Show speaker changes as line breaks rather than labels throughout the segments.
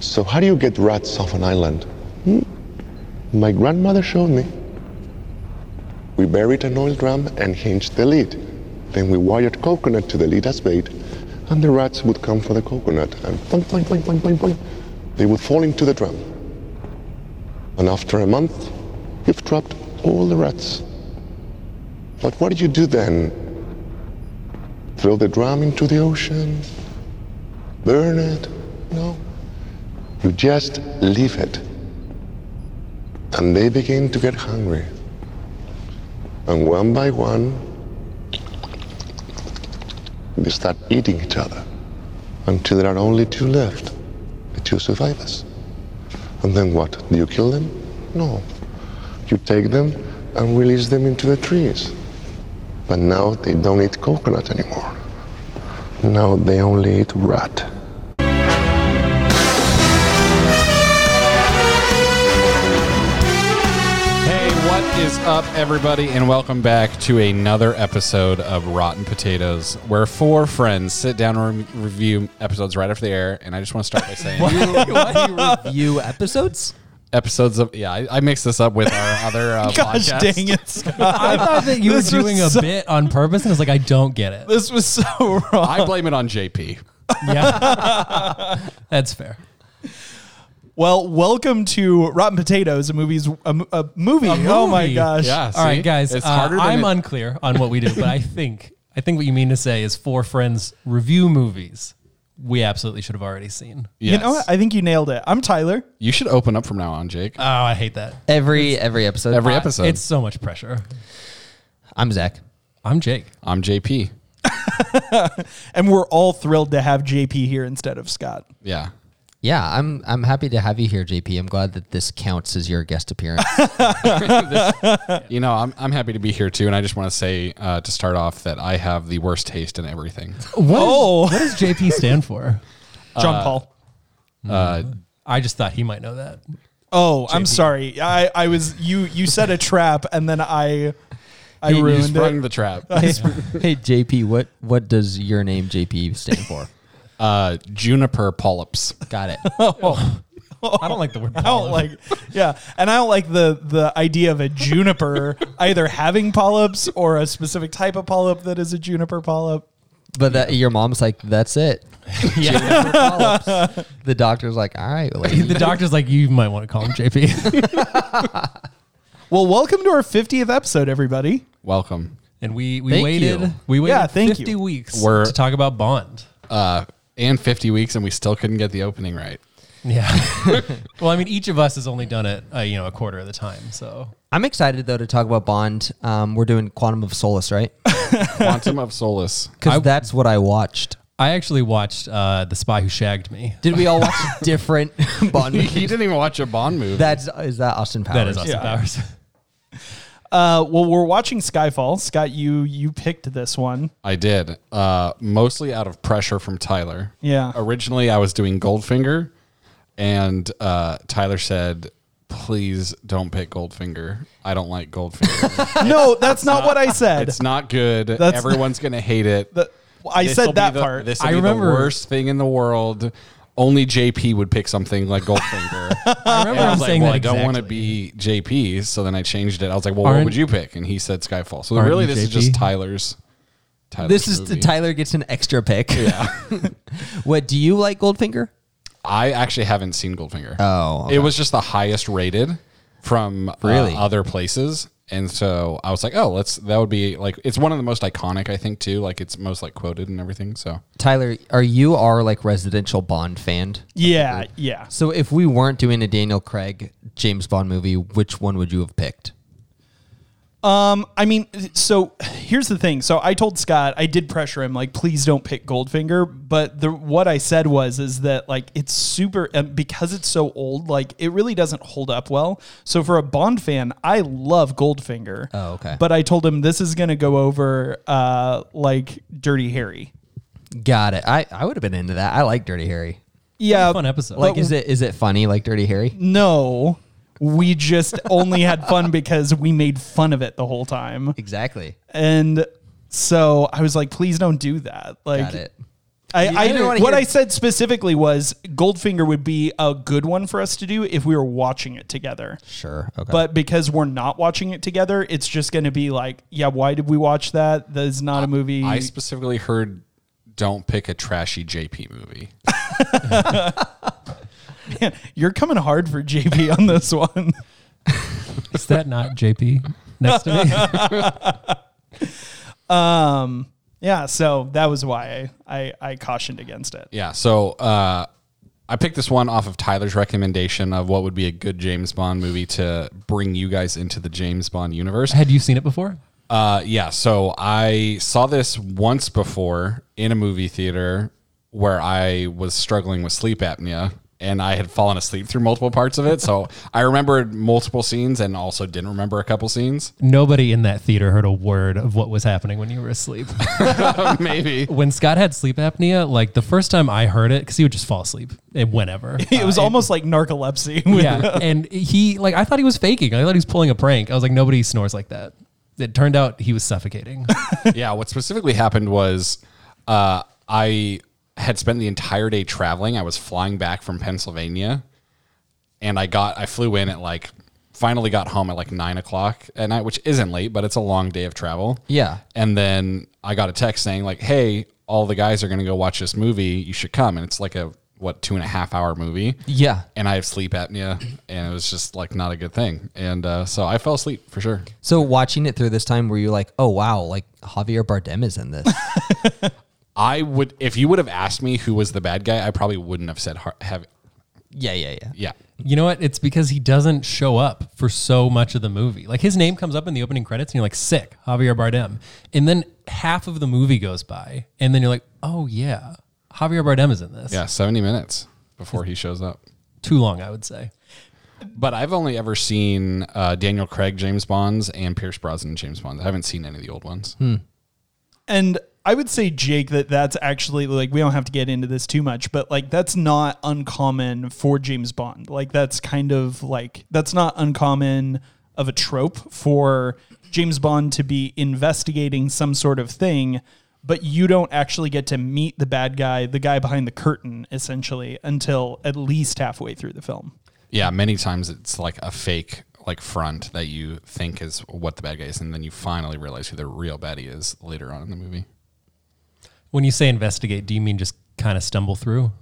So how do you get rats off an island? Hmm? My grandmother showed me. We buried an oil drum and hinged the lid. Then we wired coconut to the lid as bait, and the rats would come for the coconut and boing, boing, boing, boing, boing, boing. They would fall into the drum. And after a month, you've trapped all the rats. But what did you do then? Throw the drum into the ocean? Burn it? No. You just leave it. And they begin to get hungry. And one by one, they start eating each other until there are only two left, the two survivors. And then what? Do you kill them? No. You take them and release them into the trees. But now they don't eat coconut anymore. Now they only eat rat.
Hey, what is up, everybody, and welcome back to another episode of Rotten Potatoes, where four friends sit down and re- review episodes right after the air. And I just want to start by saying
View episodes?
episodes of yeah, I, I mixed this up with our other uh,
Gosh
podcast.
dang it,
I
Scott.
thought that you
This
were
was
doing a
so-
bit on purpose, and I was like, I don't get it.
this was so wrong.
I blame it on JP.
Yeah, that's fair.
Well, welcome to Rotten Potatoes, a movie's a, m- a movie.
A
Oh my
movie.
gosh.
Yeah,
All
Ah, see?
right, guys.
it's
uh,
harder. Than
I'm
it-
unclear on what we do, but I think I think what you mean to say is four friends review movies we absolutely should have already seen.
You know what? I Uh, think you nailed it. I'm Tyler.
you should open up from now on, Jake.
Oh, I hate that.
Every every episode.
Every episode.
It's so much pressure.
I'm Zach.
I'm Jake.
I'm JP.
And we're all thrilled to have JP here instead of Scott.
Yeah.
Yeah, I'm I'm happy to have you here, JP. I'm glad that this counts as your guest appearance.
You know, I'm, I'm happy to be here too, and I just want to say uh, to start off that I have the worst taste in everything.
What,
Oh.
what does JP stand for?
John Paul.
Uh,
I just thought he might know that.
Oh, I'm sorry. I, I was you you set a trap and then I I
you- you
ruined
sprung
it.
the trap.
hey, hey, JP, what what does your name JP stand for?
Uh, juniper polyps.
Got it.
I don't like the word.
I don't like yeah. And I don't like the the idea of a juniper either having polyps or a specific type of polyp that is a juniper polyp.
But that, your mom's like, that's it. Juniper polyps. the doctor's like, all right, lady.
The doctor's like, you might want to call him JP.
Well, welcome to our 50th episode, everybody.
Welcome.
and we we
Thank
waited
you.
we waited
Yeah, thank you.
50 weeks
We're-
to talk about Bond.
uh, and 50 weeks, and we still couldn't get the opening right.
Yeah. well, I mean, each of us has only done it, uh, you know, a quarter of the time. So
I'm excited though to talk about Bond. Um, we're doing Quantum of Solace, right?
Quantum of Solace.
Because that's what I watched.
I actually watched uh, The Spy Who Shagged Me.
Did we all watch different Bond?
He,
movies?
he didn't even watch a Bond movie.
That's is that Austin Powers?
That is Austin
Yeah.
Powers.
Uh, well, we're watching Skyfall. Scott, you you picked this one.
I did. Uh, mostly out of pressure from Tyler.
Yeah.
Originally, I was doing Goldfinger, and uh, Tyler said, please don't pick Goldfinger. I don't like Goldfinger.
no, that's not what I said.
it's not good.
That's-
Everyone's going to hate it.
The- I
This'll
said that
be the,
part.
This
I
is the
remember-
worst thing in the world. Only JP would pick something like Goldfinger.
I remember
And I
him
was like,
saying
well,
that
I don't want to
exactly.
be JP, so then I changed it. I was like, well, what
Aren't-
would you pick? And he said Skyfall. So
Aren't
really,
you
this is
JP?
just Tyler's. Tyler's
This is
movie.
Tyler gets an extra pick. Yeah. what do you like, Goldfinger?
I actually haven't seen Goldfinger.
Oh,
it was just the highest rated from uh,
Really?
other places, and so I was like, oh, let's. That would be like it's one of the most iconic, I think, too. Like it's most like quoted and everything. So
Tyler, are you our like residential Bond fan?
yeah, yeah.
So if we weren't doing a Daniel Craig James Bond movie, which one would you have picked?
Um, I mean, so here's the thing. So I told Scott, I did pressure him, like, please don't pick Goldfinger. But the what I said was, is that like it's super and because it's so old, like it really doesn't hold up well. So for a Bond fan, I love Goldfinger.
Oh, okay.
But I told him this is gonna go over, uh, like Dirty Harry.
Got it. I, I would have been into that. I like Dirty Harry.
Yeah,
fun episode.
Like,
but-
is it is it funny like Dirty Harry?
No, we just only had fun because we made fun of it the whole time.
Exactly.
And so I was like, please don't do that. Like,
Got it.
I, I,
didn't wanna
what
hear-
I said specifically was Goldfinger would be a good one for us to do if we were watching it together.
Sure. Okay.
But because we're not watching it together, it's just going to be like, yeah, why did we watch that? That is not a movie.
I specifically heard don't pick a trashy JP movie.
You're coming hard for JP on this one.
Is that not JP next to me?
Um, yeah, so that was why I, I, I cautioned against it.
Yeah. So uh, I picked this one off of Tyler's recommendation of what would be a good James Bond movie to bring you guys into the James Bond universe.
Had you seen it before?
Uh, yeah. So I saw this once before in a movie theater where I was struggling with sleep apnea and I had fallen asleep through multiple parts of it. So I remembered multiple scenes and also didn't remember a couple scenes.
Nobody in that theater heard a word of what was happening when you were asleep.
Maybe.
when Scott had sleep apnea, like the first time I heard it, because he would just fall asleep eh, whenever.
It
Uh,
was almost like narcolepsy. with-
yeah. And he, like, I thought he was faking. I thought he was pulling a prank. I was like, nobody snores like that. It turned out he was suffocating.
yeah, what specifically happened was uh, I had spent the entire day traveling. I was flying back from Pennsylvania, and I got I flew in at like finally got home at like nine o'clock at night, which isn't late, but it's a long day of travel.
Yeah.
and then I got a text saying like, "Hey, all the guys are gonna go watch this movie. You should come." And it's like a what two and a half hour movie.
yeah.
And I have sleep apnea, and it was just like not a good thing. And uh, so I fell asleep for sure.
So watching it through this time, were you like, oh wow, like Javier Bardem is in this?
I would if you would have asked me who was the bad guy, I probably wouldn't have said har- have
yeah, yeah, yeah.
yeah.
You know what? It's because he doesn't show up for so much of the movie. Like his name comes up in the opening credits, and you're like, "Sick, Javier Bardem," and then half of the movie goes by, and then you're like, "Oh yeah, Javier Bardem is in this."
Yeah, 70 minutes before he shows up.
Too long, I would say.
But I've only ever seen uh, Daniel Craig James Bonds and Pierce Brosnan James Bonds. I haven't seen any of the old ones.
And I would say, Jake, that that's actually like, we don't have to get into this too much, but like, that's not uncommon for James Bond. Like, that's kind of like, that's not uncommon of a trope for James Bond to be investigating some sort of thing, but you don't actually get to meet the bad guy, the guy behind the curtain, essentially, until at least halfway through the film.
Yeah, many times it's like a fake like front that you think is what the bad guy is and then you finally realize who the real baddie is later on in the movie.
When you say investigate, do you mean just kind of stumble through,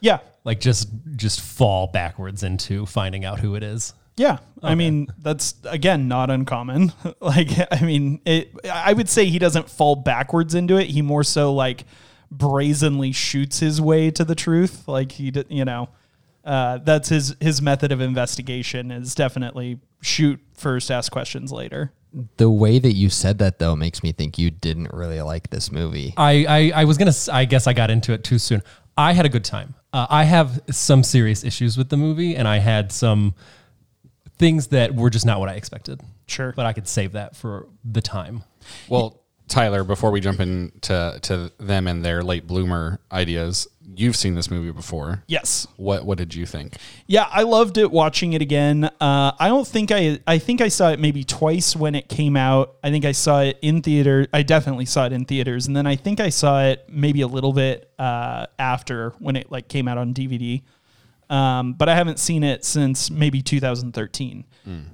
Yeah.
like just just fall backwards into finding out who it is?
Yeah, I mean that's again not uncommon. like I mean, it, I would say he doesn't fall backwards into it. He more so like brazenly shoots his way to the truth. Like he, d- you know, uh, that's his his method of investigation is definitely shoot first, ask questions later.
The way that you said that though makes me think you didn't really like this movie.
I, I, I was gonna. s- I guess I got into it too soon. I had a good time. Uh, I have some serious issues with the movie, and I had some things that were just not what I expected.
Sure.
but I could save that for the time.
Well, Tyler, before we jump into to them and their late bloomer ideas, you've seen this movie before.
Yes.
What what did you think?
Yeah, I loved it watching it again. Uh, I don't think I I think I saw it maybe twice when it came out. I think I saw it in theater. I definitely saw it in theaters, and then I think I saw it maybe a little bit uh, after when it like came out on DVD. Um, but I haven't seen it since maybe 2013,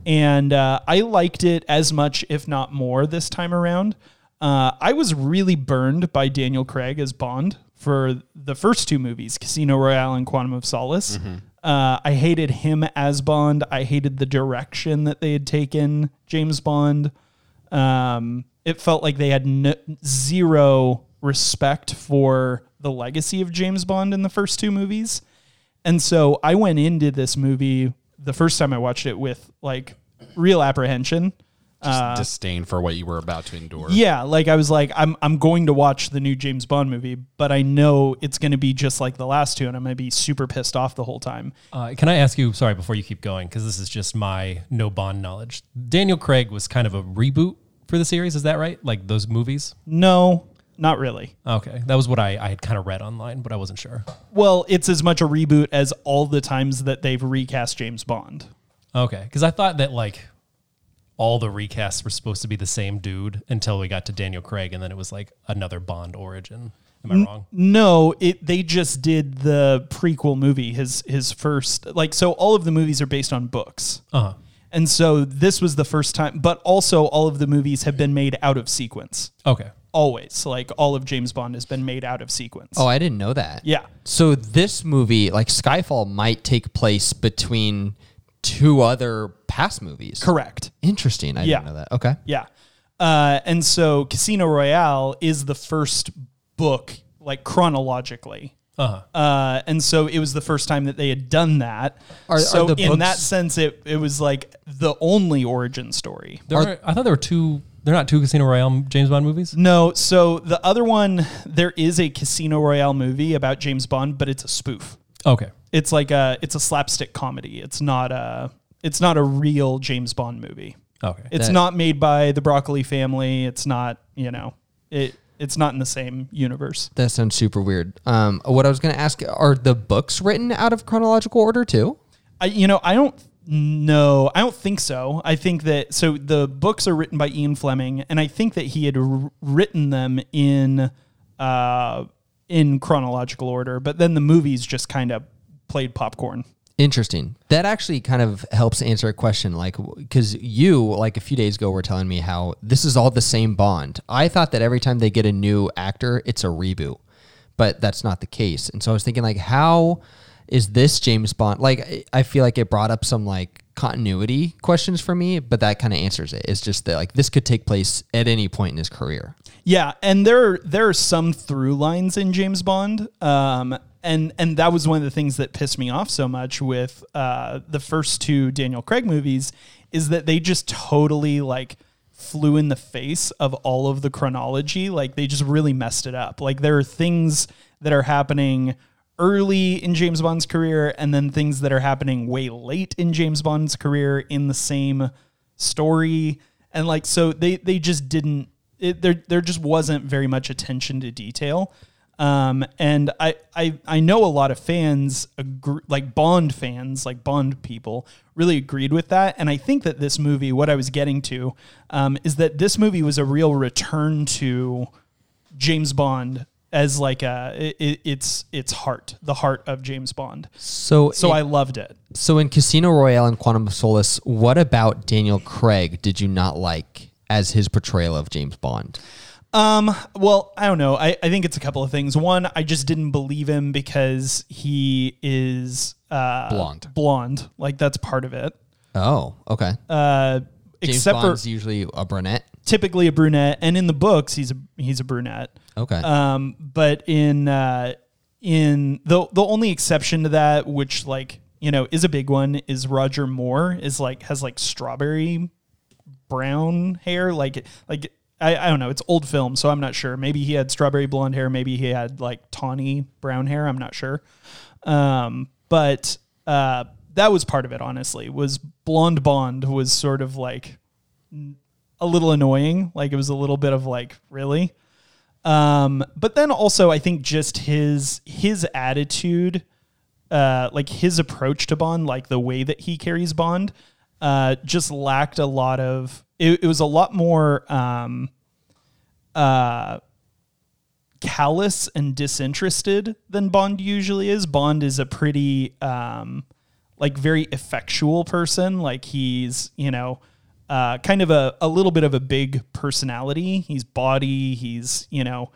and uh, I liked it as much, if not more, this time around. Uh, I was really burned by Daniel Craig as Bond for the first two movies, Casino Royale and Quantum of Solace. Uh, I hated him as Bond. I hated the direction that they had taken James Bond. Um, it felt like they had no, zero respect for the legacy of James Bond in the first two movies. And so I went into this movie the first time I watched it with like real apprehension.
Just
Uh,
disdain for what you were about to endure.
Yeah, like I was like, I'm I'm going to watch the new James Bond movie, but I know it's going to be just like the last two, and I'm going to be super pissed off the whole time.
Uh, can I ask you, sorry, before you keep going, because this is just my no bond knowledge. Daniel Craig was kind of a reboot for the series, is that right? Like those movies?
No, not really.
Okay, that was what I, I had kind of read online, but I wasn't sure.
Well, it's as much a reboot as all the times that they've recast James Bond.
Okay, because I thought that like all the recasts were supposed to be the same dude until we got to Daniel Craig, and then it was like another Bond origin. Am
Mm.
I wrong?
No, it they just did the prequel movie. His his first like so all of the movies are based on books.
Uh-huh.
And so this was the first time, but also all of the movies have been made out of sequence.
Okay.
Always. Like all of James Bond has been made out of sequence.
Oh, I didn't know that.
Yeah.
So this movie, like Skyfall, might take place between two other past movies.
Correct.
Interesting. I
Yeah.
didn't know that. Okay.
Yeah. Uh, and so Casino Royale is the first book, like chronologically.
Uh-huh.
Uh, and so it was the first time that they had done that.
Are- are
so
the
in
books-
that sense, it, it was like the only origin story.
There are, I thought there were two. They're not two Casino Royale James Bond
Mm.
movies.
No, so the other one, there is a Casino Royale movie about James Bond, but it's a spoof.
Okay.
It's like a it's a slapstick comedy. It's not a it's not a real James Bond movie.
Okay.
It's
That-
not made by the Broccoli family. It's not, you know, it it's not in the same universe.
That sounds super weird. Um, what I was going to ask are the books written out of chronological order too?
I you know, I don't know. I don't think so. I think that so the books are written by Ian Fleming and I think that he had r- written them in uh in chronological order, but then the movies just kind of played popcorn.
Interesting. That actually kind of helps answer a question, like because you, like a few days ago, were telling me how this is all the same Bond. I thought that every time they get a new actor, it's a reboot, but that's not the case. And so I was thinking, like, how is this James Bond? Like, I- I feel like it brought up some like continuity questions for me, but that kind of answers it. It's just that like this could take place at any point in his career.
Yeah, and there there are some through lines in James Bond, um, and and that was one of the things that pissed me off so much with uh, the first two Daniel Craig movies is that they just totally like flew in the face of all of the chronology. Like they just really messed it up. Like there are things that are happening early in James Bond's career, and then things that are happening way late in James Bond's career in the same story and like so they they just didn't it, there there just wasn't very much attention to detail um and i i i know a lot of fans agree, like bond fans like bond people really agreed with that and i think that this movie what i was getting to um is that this movie was a real return to james bond as like a it, it- it's it's heart the heart of james bond
So,
so
it-
i loved it
So in Casino Royale and Quantum of Solace, what about Daniel Craig did you not like as his portrayal of James Bond?
Well, I don't know. I, I think it's a couple of things. One, I just didn't believe him because he is uh,
Blonde.
Blonde, like that's part of it.
Oh, okay.
Uh,
James
except
Bond's
for
usually a brunette.
typically a brunette, and in the books he's a he's a brunette.
Okay.
Um, but in uh, in the the only exception to that, which like you know is a big one, is Roger Moore is like has like strawberry brown hair, like like I, I don't know, it's old film, so I'm not sure. Maybe he had strawberry blonde hair, maybe he had like tawny brown hair. I'm not sure. Um, but uh, that was part of it, honestly. Was blonde Bond was sort of like a little annoying. Like it was a little bit of like really. Um, but then also I think just his his attitude, uh, like his approach to Bond, like the way that he carries Bond, uh, just lacked a lot of. It, it was a lot more um, uh, callous and disinterested than Bond usually is. Bond is a pretty um, like very effectual person. Like he's you know uh, kind of a a little bit of a big personality. He's body. He's you know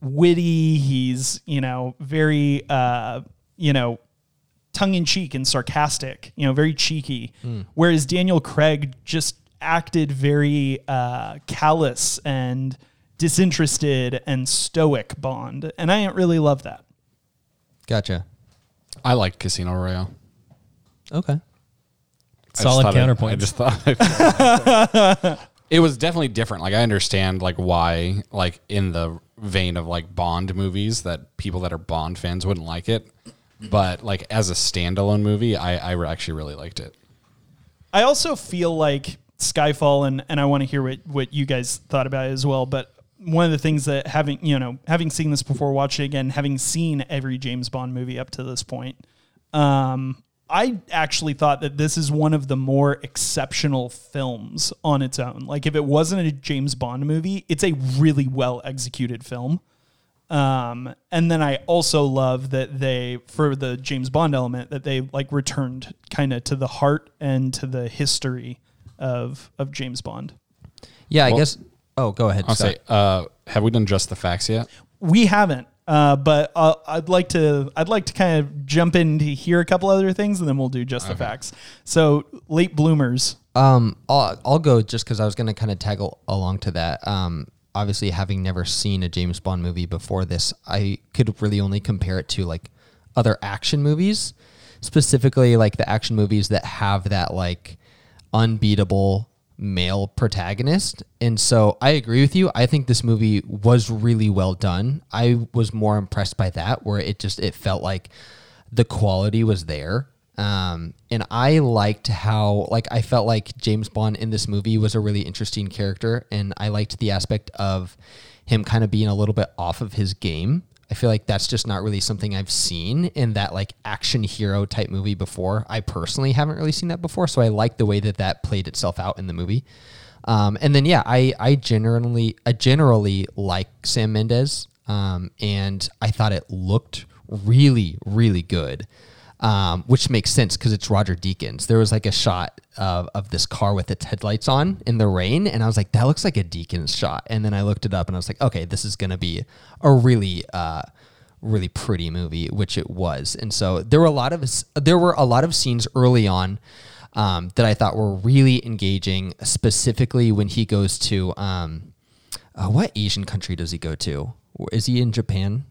witty. He's you know very uh, you know tongue in cheek and sarcastic, you know, very cheeky. Whereas Daniel Craig just acted very uh, callous and disinterested and stoic Bond. And I didn't really love that.
gotcha.
I liked Casino Royale.
Okay.
I just
Solid
thought I-
counterpoint.
I just thought it was definitely different. Like I understand like why like in the vein of like Bond movies that people that are Bond fans wouldn't like it, but like as a standalone movie, I I actually really liked it.
I also feel like Skyfall, and, and I want to hear what, what you guys thought about it as well. But one of the things that having you know having seen this before, watching it again, having seen every James Bond movie up to this point, um, I actually thought that this is one of the more exceptional films on its own. Like if it wasn't a James Bond movie, it's a really well executed film. Um, and then I also love that they, for the James Bond element, that they like returned kind of to the heart and to the history of of James Bond.
Yeah, I guess. Oh, go ahead.
I'll
Scott.
say, uh, have we done just the facts yet?
We haven't, uh, but i I'd like to I'd like to kind of jump in to hear a couple other things, and then we'll do just the facts. So late bloomers.
Um, I'll, I'll go just because I was going to kind of tag al- along to that. Um, obviously, having never seen a James Bond movie before this, I could really only compare it to like other action movies, specifically like the action movies that have that like unbeatable male protagonist. And so I agree with you. I think this movie was really well done. I was more impressed by that, where it just it felt like the quality was there. Um, and I liked how, like, I felt like James Bond in this movie was a really interesting character, and I liked the aspect of him kind of being a little bit off of his game. I feel like that's just not really something I've seen in that like action hero type movie before. I personally haven't really seen that before, so I like the way that that played itself out in the movie. Um, and then yeah, I I generally I generally like Sam Mendes, um, and I thought it looked really really good, um, which makes sense because it's Roger Deakins. There was like a shot of of this car with its headlights on in the rain, and I was like, that looks like a Deakins shot. And then I looked it up, and I was like, okay, this is gonna be a really uh, really pretty movie, which it was. And so there were a lot of there were a lot of scenes early on um, that I thought were really engaging. Specifically, when he goes to um, uh, what Asian country does he go to? Is he in Japan?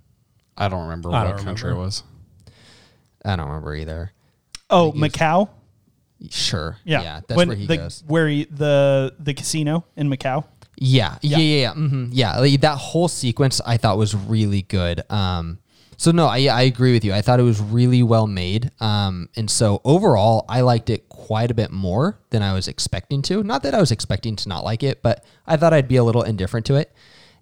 I don't remember
I
what
don't
country
remember.
it was.
I don't remember either.
Oh, Macau.
Sure.
Yeah,
that's
When
where he
the,
goes.
Where he, the the casino in Macau.
Yeah, yeah, yeah, yeah. hmm yeah. like, that whole sequence I thought was really good. Um, so no, I, I agree with you. I thought it was really well made. Um, and so overall, I liked it quite a bit more than I was expecting to. Not that I was expecting to not like it, but I thought I'd be a little indifferent to it.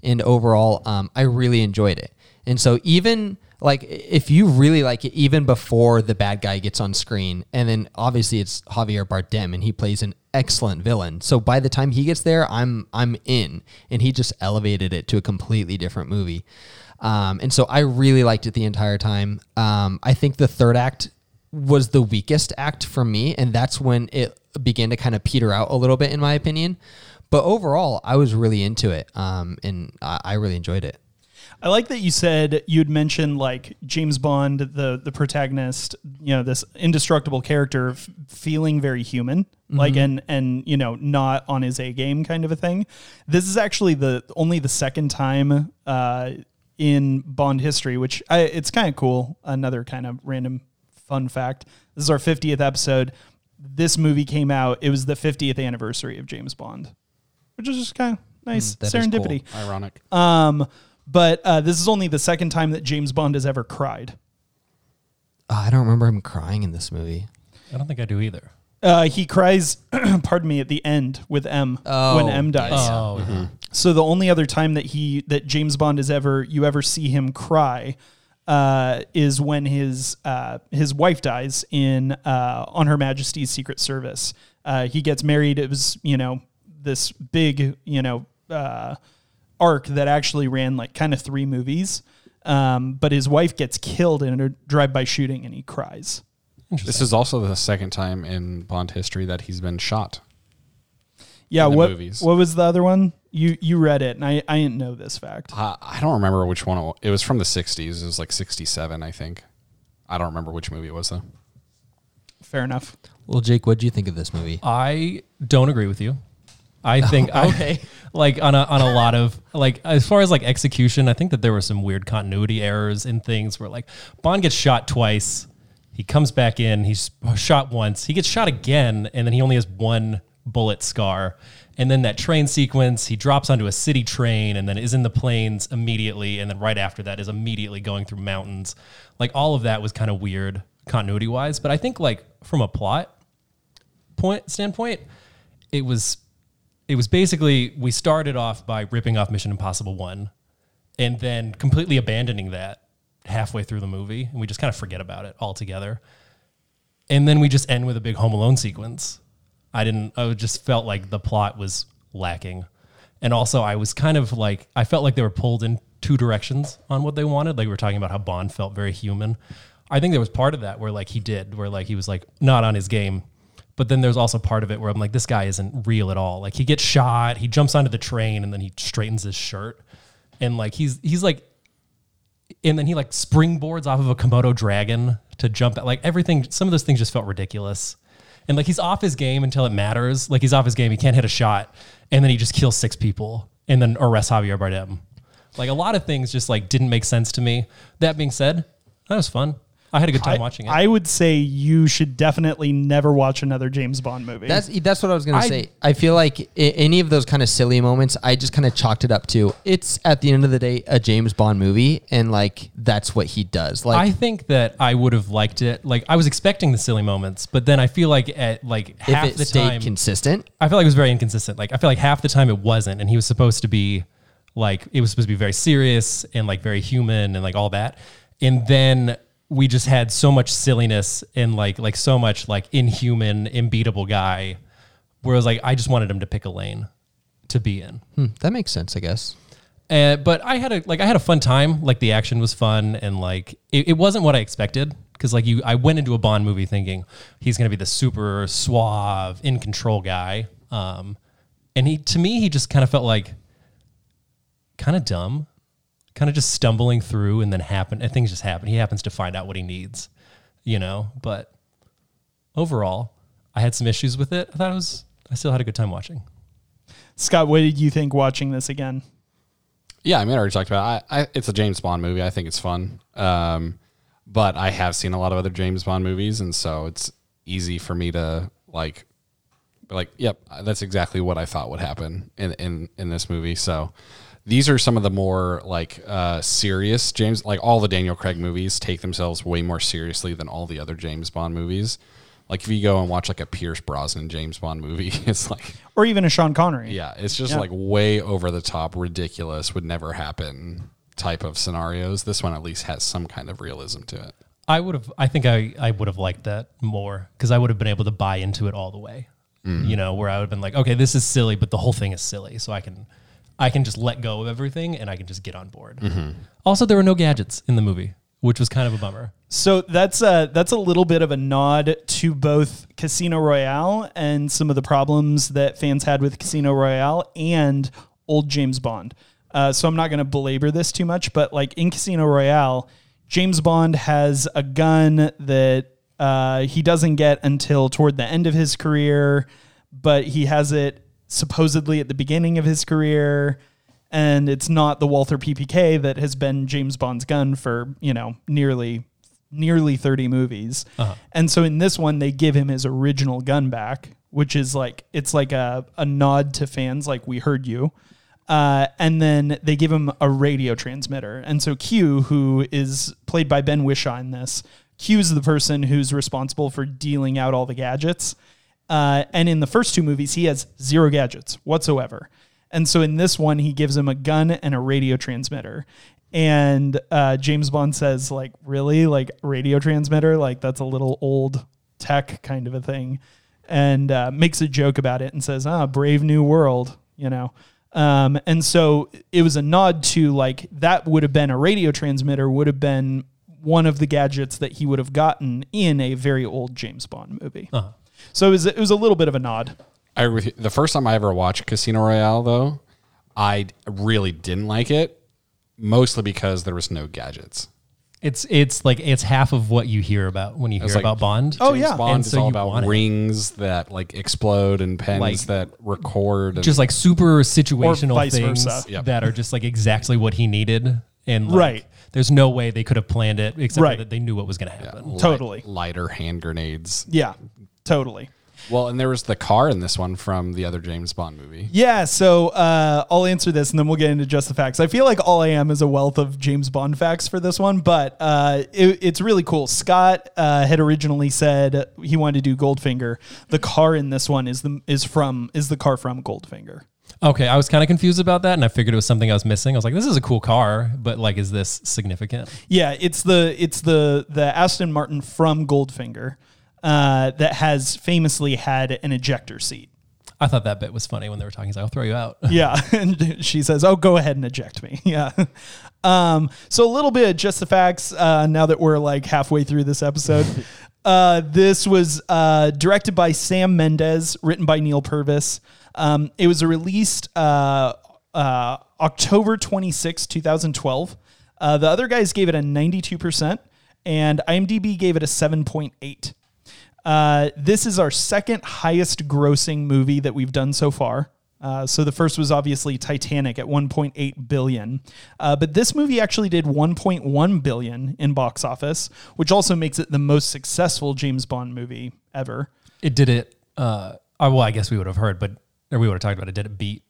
And overall, um, I really enjoyed it. And so even like if you really like it, even before the bad guy gets on screen, and then obviously it's Javier Bardem, and he plays an excellent villain. So by the time he gets there, I'm I'm in, and he just elevated it to a completely different movie. Um, and so I really liked it the entire time. Um, I think the third act was the weakest act for me, and that's when it began to kind of peter out a little bit, in my opinion. But overall, I was really into it, um, and I, I really enjoyed it.
I like that you said you'd mentioned like James Bond, the the protagonist, you know, this indestructible character f- feeling very human,
Mm-hmm.
like and and you know, not on his A game kind of a thing. This is actually the only the second time uh, in Bond history, which I, it's kind of cool. Another kind of random fun fact. This is our 50th episode. This movie came out. It was the 50th anniversary of James Bond, which is just kind of nice
Mm, that is cool.
serendipity.
Ironic.
Um, but uh, this is only the second time that James Bond has ever cried.
Oh, I don't remember him crying in this movie.
I don't think I do either.
Uh, he cries, pardon me, at the end with M when M dies.
Oh,
Mm-hmm.
So the only other time that he that James Bond has ever you ever see him cry uh, is when his uh, his wife dies in uh, on Her Majesty's Secret Service. Uh, he gets married. It was you know this big you know uh, arc that actually ran like kind of three movies. Um, but his wife gets killed in a drive-by shooting, and he cries.
This is also the second time in Bond history that he's been shot.
Yeah,
In the
what
movies.
what was the other one? You you read it, and I, I didn't know this fact.
I, I don't remember which one. It wa- it was from the 60s. It was like 67, I think. I don't remember which movie it was, though.
Fair enough.
Well, Jake, what do you think of this movie?
I don't agree with you. I think okay, like on a on a lot of like as far as like execution, I think that there were some weird continuity errors and things where like Bond gets shot twice, he comes back in, he's shot once, he gets shot again, and then he only has one bullet scar. And then that train sequence, he drops onto a city train and then is in the plains immediately, and then right after that is immediately going through mountains. Like all of that was kind of weird continuity wise, but I think like from a plot, point standpoint, it was it was basically we started off by ripping off Mission Impossible One, and then completely abandoning that halfway through the movie, and we just kind of forget about it altogether. And then we just end with a big Home Alone sequence. I didn't. I just felt like the plot was lacking, and also I was kind of like I felt like they were pulled in two directions on what they wanted. Like we were talking about how Bond felt very human. I think there was part of that where like he did, where like he was like not on his game. But then there's also part of it where I'm like, this guy isn't real at all. Like he gets shot, he jumps onto the train, and then he straightens his shirt, and like he's he's like and then he like springboards off of a Komodo dragon to jump at like everything. Some of those things just felt ridiculous. And like he's off his game until it matters. Like he's off his game. He can't hit a shot. And then he just kills six people and then arrests Javier Bardem. Like a lot of things just like didn't make sense to me. That being said, that was fun. I had a good time watching it.
I would say you should definitely never watch another James Bond movie.
That's e, that's what I was gonna
I-
say. I feel like I- any of those kind of silly moments, I just kind of chalked it up to it's at the end of the day a James Bond movie, and like that's what he does.
I
Like
think that I would have liked it. Like I was expecting the silly moments, but then I feel like at like half
if it
the
stayed
time
consistent,
I feel like it was very inconsistent. Like I feel like half the time it wasn't, and he was supposed to be like it was supposed to be very serious and like very human and like all that. And then we just had so much silliness and like like so much like inhuman, unbeatable guy. Whereas like I just wanted him to pick a lane to be in.
hmm, that makes sense, I guess.
Uh, but I had a like I had a fun time. Like the action was fun, and like it, it wasn't what I expected because like you, I went into a Bond movie thinking he's gonna be the super suave, in control guy. Um, and he to me he just kind of felt like kind of dumb, kind of just stumbling through, and then happen and things just happen. He happens to find out what he needs, you know. But overall, I had some issues with it. I thought it was I still had a good time watching.
Scott, what did you think watching this again?
Yeah, I mean, I already talked about. It. I, I it's a James Bond movie. I think it's fun. Um, but I have seen a lot of other James Bond movies, and so it's easy for me to like, be like, yep, that's exactly what I thought would happen in in in this movie. So these are some of the more like uh, serious James, like all the Daniel Craig movies take themselves way more seriously than all the other James Bond movies. Like if you go and watch like a Pierce Brosnan James Bond movie, it's like
Or even a Sean Connery?
yeah, it's just
Yeah.
like way over the top, ridiculous, would never happen type of scenarios. This one at least has some kind of realism to it.
I would have. I think I, I would have liked that more because I would have been able to buy into it all the way.
Mm.
You know, where I would have been like, okay, this is silly, but the whole thing is silly, so I can, I can just let go of everything and I can just get on board.
Mm-hmm.
Also, there were no gadgets in the movie, which was kind of a bummer.
So that's a that's a little bit of a nod to both Casino Royale and some of the problems that fans had with Casino Royale and old James Bond. Uh, so I'm not going to belabor this too much, but like in Casino Royale, James Bond has a gun that uh, he doesn't get until toward the end of his career, but he has it supposedly at the beginning of his career and it's not the Walther PPK that has been James Bond's gun for you know nearly nearly 30 movies. And so in this one they give him his original gun back, which is like it's like a, a nod to fans like we heard you. Uh, and then they give him a radio transmitter. And so Q, who is played by Ben Wishaw in this, Q's the person who's responsible for dealing out all the gadgets. Uh, and in the first two movies, he has zero gadgets whatsoever. And so in this one, he gives him a gun and a radio transmitter. And uh, James Bond says, like, really? Like, radio transmitter? Like, that's a little old tech kind of a thing. And uh, makes a joke about it and says, ah, brave new world, you know? Um, and so it was a nod to, like, that would have been a radio transmitter, would have been one of the gadgets that he would have gotten in a very old James Bond movie. So it was, it was a little bit of a nod.
I agree with you. the first time I ever watched Casino Royale though, I d- really didn't like it, mostly because there was no gadgets.
It's it's like it's half of what you hear about when you hear
was like-
about Bond.
Oh, yeah.
Bond
And
is
so
all
you
about
want it.
rings that like explode and pens
Like-
that record. And,
just like super situational
vice
things
versa.
Yep.
that are just like exactly what he needed. And like,
Right.
there's no way they could have planned it except
Right.
that they knew what was going to happen.
light-
totally.
lighter hand grenades.
Yeah, totally.
Well, and there was the car in this one from the other James Bond movie.
Yeah, so uh, I'll answer this and then we'll get into just the facts. I feel like all I am is a wealth of James Bond facts for this one, but uh, it, it's really cool. Scott uh, had originally said he wanted to do Goldfinger. The car in this one is the is from is the car from Goldfinger.
Okay, I was kind of confused about that, and I figured it was something I was missing. I was like, "This is a cool car, but like, is this significant?"
Yeah, it's the it's the the Aston Martin from Goldfinger uh, that has famously had an ejector seat.
I thought that bit was funny when they were talking. He's like, "I'll throw you out."
yeah and she says oh go ahead and eject me yeah Um, so a little bit of just the facts. Uh, now that we're like halfway through this episode, uh, this was uh, directed by Sam Mendes, written by Neil Purvis. Um, it was released uh, uh, October 26, 2012. Uh, the other guys gave it a 92%, and IMDb gave it a 7.8. Uh, this is our second highest grossing movie that we've done so far. Uh, so the first was obviously Titanic at 1.8 billion, uh, but this movie actually did 1.1 billion in box office, which also makes it the most successful James Bond movie ever.
It did it. Uh, oh, well, I guess we would have heard, but or we would have talked about it. Did it beat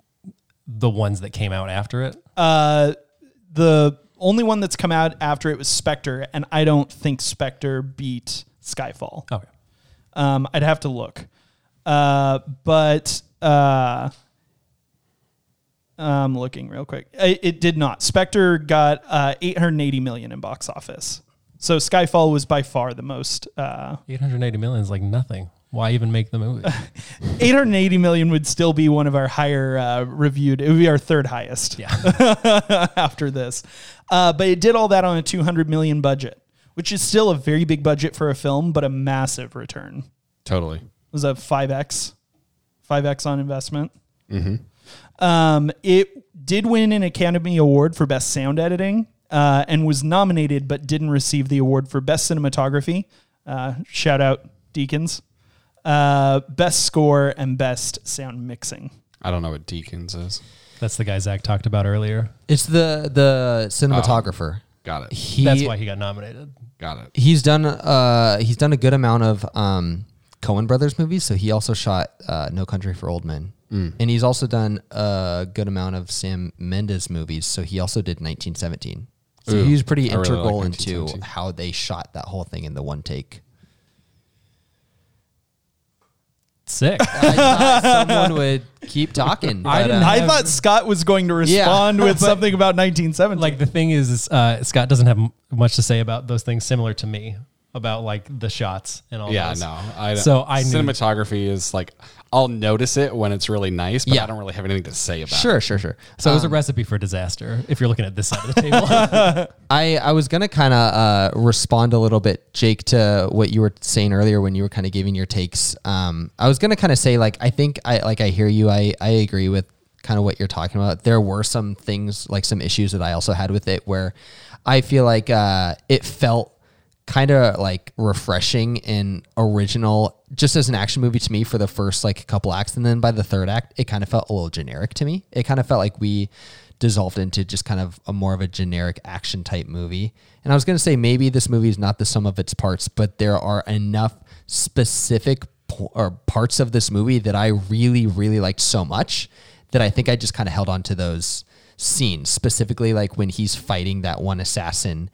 the ones that came out after it?
Uh, the only one that's come out after it was Spectre, and I don't think Spectre beat Skyfall.
Okay.
Um, I'd have to look. Uh, but uh, I'm looking real quick. It, it did not. Spectre got uh, 880 million in box office. So Skyfall was by far the most. Uh,
880 million is like nothing. Why even make the movie?
880 million would still be one of our higher uh, reviewed. It would be our third highest. Yeah. after this, uh, but it did all that on a 200 million budget, which is still a very big budget for a film, but a massive return.
Totally.
was a 5x 5x on investment um, it did win an academy award for best sound editing uh, and was nominated but didn't receive the award for best cinematography uh, shout out deacons uh, best score and best sound mixing
I don't know what Deacons is.
That's the guy Zach talked about earlier.
It's the the cinematographer.
Got it.
He,
That's why he got nominated.
Got it.
he's done uh he's done a good amount of um Cohen brothers movies so he also shot uh, No Country for Old Men
Mm.
and he's also done a good amount of Sam Mendes movies so he also did 1917 so
Ooh,
he was pretty
I really like
integral into
1917.
how they shot that whole thing in the one take
Sick.
I thought someone would keep talking
I
but,
didn't-
uh,
i thought scott was going to respond with something about 1970
like the thing is, is uh, Scott doesn't have m- much to say about those things similar to me about like the shots and all
Yeah,
those.
no. I,
So I knew-
cinematography is like I'll notice it when it's really nice, but
Yeah.
I don't really have anything to say about it.
sure sure sure
So it was a recipe for disaster if you're looking at this side of the table.
I, I was gonna kind of uh, respond a little bit, Jake, to what you were saying earlier when you were kind of giving your takes. Um, I was gonna kind of say like I think I like I hear you. I I agree with kind of what you're talking about. There were some things like some issues that I also had with it where I feel like uh, it felt kind of like refreshing and original just as an action movie to me for the first like couple acts and then by the third act it kind of felt a little generic to me it kind of felt like we dissolved into just kind of a more of a generic action type movie and i was going to say maybe this movie is not the sum of its parts but there are enough specific po- or parts of this movie that i really really liked so much that i think i just kind of held on to those scenes specifically like when he's fighting that one assassin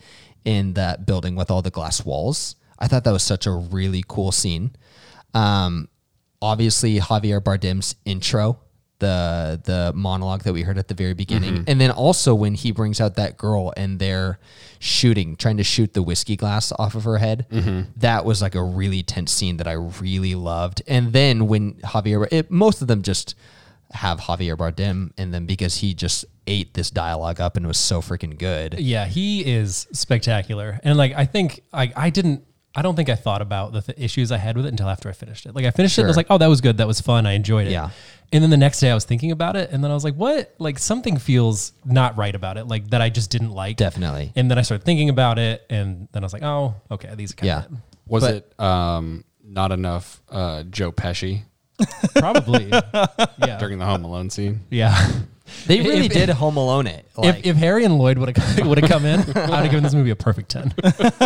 in that building with all the glass walls. I thought that was such a really cool scene. Um, obviously Javier Bardem's intro, the the monologue that we heard at the very beginning, and then also when he brings out that girl and they're shooting, trying to shoot the whiskey glass off of her head. That was like a really tense scene that I really loved. And then when Javier, it, most of them just have Javier Bardem in them because he just ate this dialogue up and was so freaking good.
yeah, he is spectacular. And like, I think I, I didn't, I don't think I thought about the th- issues I had with it until after I finished it. Like I finished it and I was
Sure.
like, oh, that was good. That was fun. I enjoyed it.
Yeah.
And then the next day I was thinking about it and then I was like, what? Like something feels not right about it. Like that I just didn't like.
Definitely.
And then I started thinking about it and then I was like, oh, okay. These are kind
Yeah.
of
Was it um, not enough uh, Joe Pesci
Probably. yeah.
during the Home Alone scene?
yeah.
They really
if-
did Home Alone it.
if, if Harry and Lloyd would have would have come in, I'd have given this movie a perfect ten.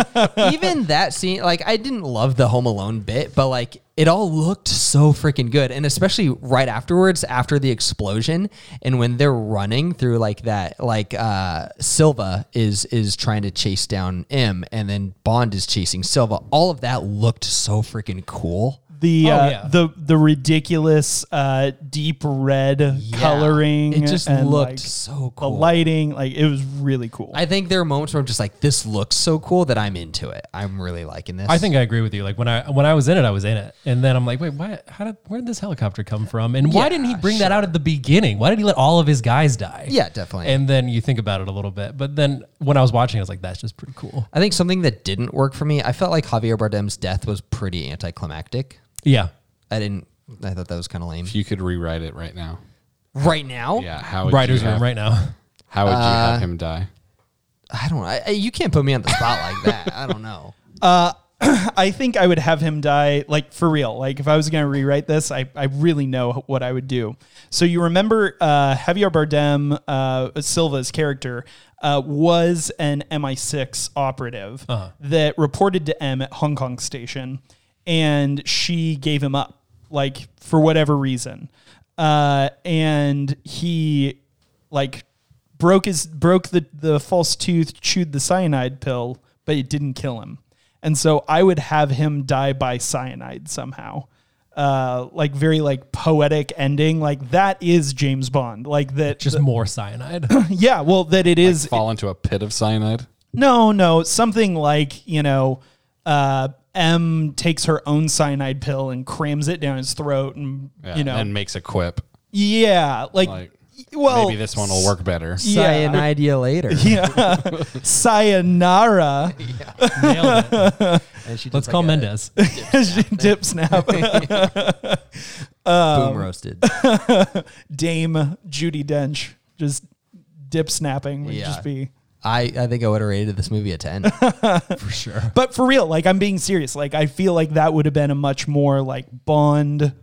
even that scene, like I didn't love the Home Alone bit, but like it all looked so freaking good, and especially right afterwards, after the explosion, and when they're running through like that, like uh, Silva is is trying to chase down M, and then Bond is chasing Silva. All of that looked so freaking cool.
Oh,
the uh,
yeah.
the the ridiculous uh, deep red coloring.
It just
and,
looked
like,
so
The
cool.
lighting, like it was really cool.
I think there are moments where I'm just like, this looks so cool that I'm into it. I'm really liking this.
I think I agree with you. Like when I when I was in it, I was in it, and then I'm like, wait, why? How did where did this helicopter come from? And why
Yeah,
didn't he bring that out at the beginning? Why did he let all of his guys die?
Yeah, definitely.
And then you think about it a little bit, but then when I was watching, I was like, that's just pretty cool.
I think something that didn't work for me, I felt like Javier Bardem's death was pretty anticlimactic.
Yeah,
I didn't. I thought that was kind of lame.
If you could rewrite it right now,
Right now,
yeah, how would
writers
you have,
room right now.
How would you have him die?
I don't. I, I- you can't put me on the spot like that. I don't know.
I think I would have him die, like for real. Like if I was going to rewrite this, I, I really know what I would do. So you remember uh, Javier Bardem uh, Silva's character uh, was an MI6 operative that reported to M at Hong Kong Station, and she gave him up, like for whatever reason, uh, and he like broke his broke the the false tooth, chewed the cyanide pill, but it didn't kill him. And so I would have him die by cyanide somehow. Uh, like very like poetic ending. Like that is James Bond. Like that
Just more cyanide.
yeah, well that it is
Fall into a pit of cyanide.
no, no, something like, you know, uh M takes her own cyanide pill and crams it down his throat and
Yeah,
you know
and makes a quip.
Yeah, like,
Like,
well
Maybe this one will work better.
Yeah.
Cyanide you later.
Sayonara.
Nailed it.
And she just
Let's
like
call
a
Mendez.
Dip snap.
Boom roasted.
Dame Judy Dench just dip snapping would
Yeah.
just be.
I, I think I would have rated this movie a ten.
But for real, like I'm being serious. Like I feel like that would have been a much more like Bond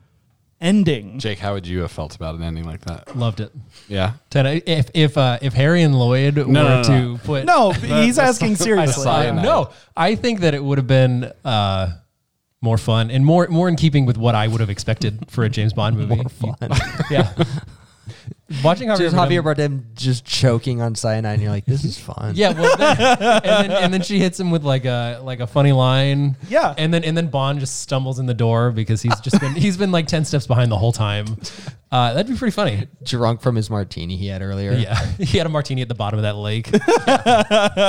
ending.
Jake, how would you have felt about an ending like that?
Loved it.
Yeah.
Ten. If if uh, if Harry and Lloyd were
no, no.
to put
No, he's asking seriously.
Cyanide.
No, I think that it would have been uh, more fun and more more in keeping with what I would have expected for a James Bond movie. yeah. Watching Javier
just
Bardem-
Javier Bardem just choking on cyanide. And you're like, this is fun.
Yeah, well, then- and, then, and then she hits him with like a like a funny line.
Yeah.
and then and then Bond just stumbles in the door because he's just been he's been like ten steps behind the whole time. Uh, that'd be pretty funny.
Drunk from his martini he had earlier.
Yeah, he had a martini at the bottom of that lake.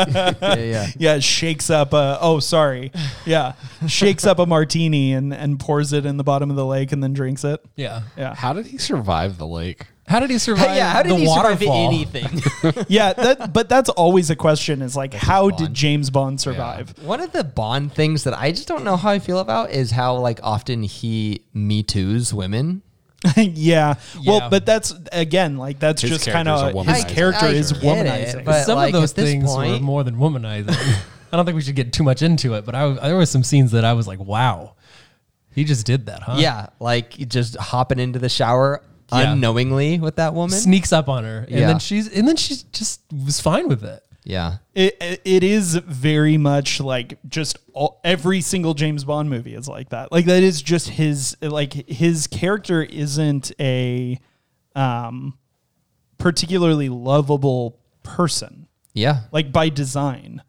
yeah, yeah.
Yeah, it shakes up a oh sorry. Yeah. Shakes up a martini and, and pours it in the bottom of the lake and then drinks it.
Yeah,
Yeah.
How did he survive the lake?
how did he survive?
Yeah, how did
the
he survive
waterfall?
anything?
Yeah, that but that's always a question is like how did James Bond survive?
One of the Bond things that I just don't know how I feel about is how like often he me too's women.
yeah.
Yeah.
Well, but that's again like that's
His
just kind
character's
of
a
his
womanizer.
character
I
is
get it,
womanizing.
but-
some
like,
of those
at this
things were
point-
more than womanizing. I don't think we should get too much into it, but I, there were some scenes that I was like, "Wow, he just did that, huh?"
Yeah, like just hopping into the shower
Yeah.
unknowingly with that woman.
sneaks up on her, and
Yeah.
then she's and then she just was fine with it.
yeah.
it, it is very much like just all, every single James Bond movie is like that. Like that is just his like his character isn't a um particularly lovable person
Yeah.
like by design.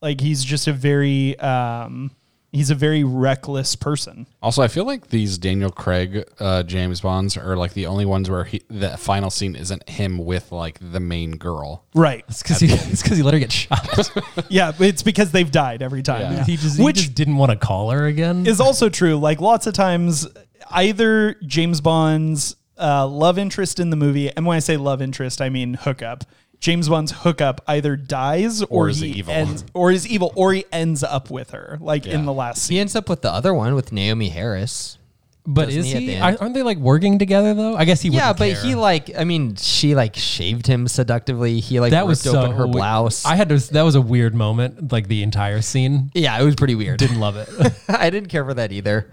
Like he's just a very um he's a very reckless person.
Also, I feel like these Daniel Craig uh, James Bonds are like the only ones where he, the final scene isn't him with like the main girl.
Right.
It's because he it's because he let her get shot.
Yeah, it's because they've died every time.
He just
Which
he just didn't want to call her again.
is also true. Like lots of times, either James Bond's uh, love interest in the movie, and when I say love interest, I mean hookup. James Bond's hookup either dies or,
Or is
he
evil.
ends, or is evil, or he ends up with her, like in the last
He
scene.
ends up with the other one with Naomi Harris.
but
Doesn't
is
he at
he?
the
I-
end?
aren't they like working together though? I guess he.
Yeah,
wouldn't
but
care.
he like I mean, she like shaved him seductively. He like
that was
ripped
so
open her
we-
blouse.
I had to. That was a weird moment. Like the entire scene.
yeah, it was pretty weird.
Didn't love it.
I didn't care for that either.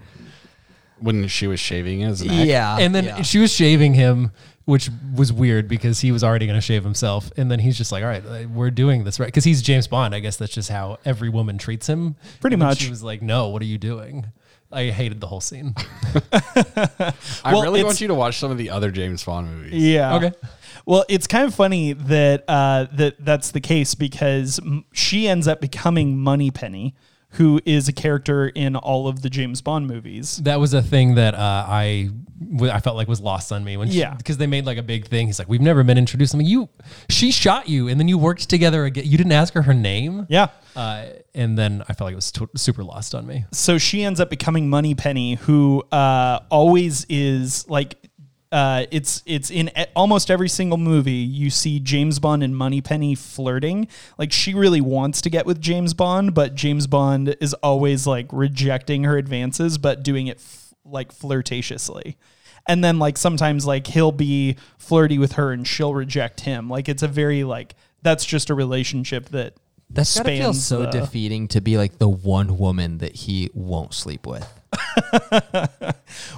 When she was shaving his neck.
Yeah.
and then
Ah, yeah.
she was shaving him, which was weird because he was already going to shave himself. And then he's just like, "All right, uh, we're doing this right," because he's James Bond. I guess that's just how every woman treats him.
Pretty
And then
much.
She was like, "No, what are you doing?" I hated the whole scene.
I
Well,
really
it's-
want you to watch some of the other James Bond movies.
Yeah.
Okay.
Well, it's kind of funny that uh, that that's the case because m- she ends up becoming Moneypenny, who is a character in all of the James Bond movies.
That was a thing that uh, I w- I felt like was lost on me when
Yeah.
because they made like a big thing. He's like, we've never been introduced. I'm like, you, she shot you, and then you worked together again. You didn't ask her her name.
Yeah.
Uh, and then I felt like it was t- super lost on me.
so she ends up becoming Money Penny, who uh, always is like. Uh, it's it's in e- almost every single movie you see James Bond and Money Penny flirting. Like she really wants to get with James Bond, but James Bond is always like rejecting her advances, but doing it f- like flirtatiously. And then like sometimes like he'll be flirty with her and she'll reject him. Like it's a very like that's just a relationship that
That's gotta feel
spans
so
the-
defeating to be like the one woman that he won't sleep with.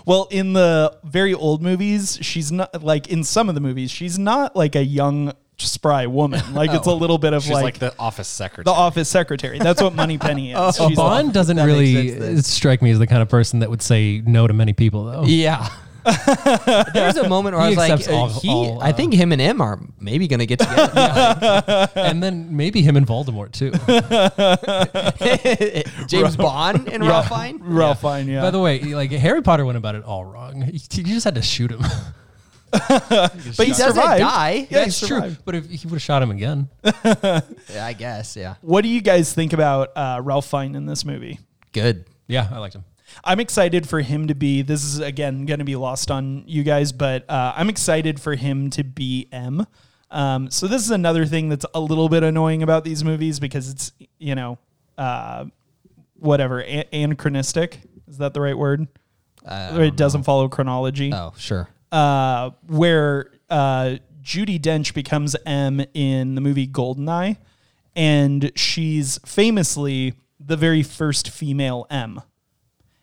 Well, in the very old movies, she's not like in some of the movies, she's not like a young spry woman. Like it's a little bit of
She's like,
like, the,
the office secretary.
office secretary. That's what Money Penny is.
Oh,
She's
Bond
like-
doesn't really strike me as the kind of person that would say no to many people, though.
Yeah. there was a moment where
He
I was like,
accepts all-
uh, he,
all,
I
uh,
think him and M are maybe going to get together.
and then maybe him and Voldemort too.
James Bond and Ralph Fiennes?
Ralph Fine, yeah.
By the way, like Harry Potter went about it all wrong. You just had to shoot him.
but he
He doesn't
survived.
die.
Yeah,
That's
he
true.
survived.
But if he would have shot him again,
Yeah, I guess. Yeah.
What do you guys think about uh, Ralph Fine in this movie?
Good.
yeah, I liked him.
I'm excited for him to be. This is again going to be lost on you guys, but uh, I'm excited for him to be M. Um, so this is another thing that's a little bit annoying about these movies because it's you know, uh, whatever a- anachronistic. Is that the right word? Or it doesn't follow chronology.
Oh, sure.
Uh, where uh, Judy Dench becomes M in the movie Goldeneye, and she's famously the very first female M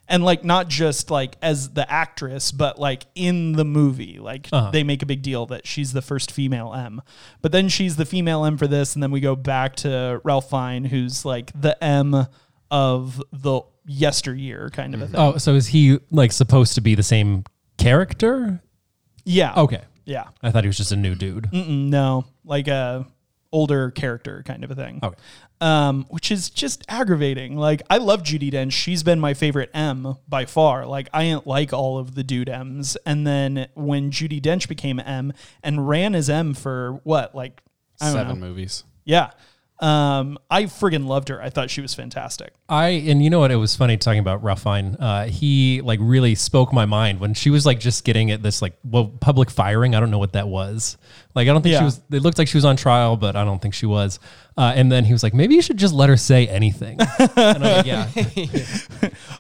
and like not just like as the actress but like in the movie like they make a big deal that she's the first female m but then she's the female m for this and then we go back to ralph fine who's like the m of the yesteryear kind of a thing
Oh, so is he like supposed to be the same character?
yeah
Okay,
yeah
I thought he was just a new dude.
no like a older character kind of a thing
Okay.
um, which is just aggravating. Like I love Judy Dench; she's been my favorite M by far. Like I ain't like all of the dude M's, and then when Judy Dench became M and ran as M for what, like I don't
seven
know,
movies.
yeah, um, I friggin' loved her. I thought she was fantastic.
I and you know what? It was funny talking about Ruffine. Uh, he like really spoke my mind when she was like just getting at this like well public firing. I don't know what that was. Like I don't think
Yeah.
she was. It looked like she was on trial, but I don't think she was. Uh, and then he was like, maybe you should just let her say anything. and I'm like, yeah,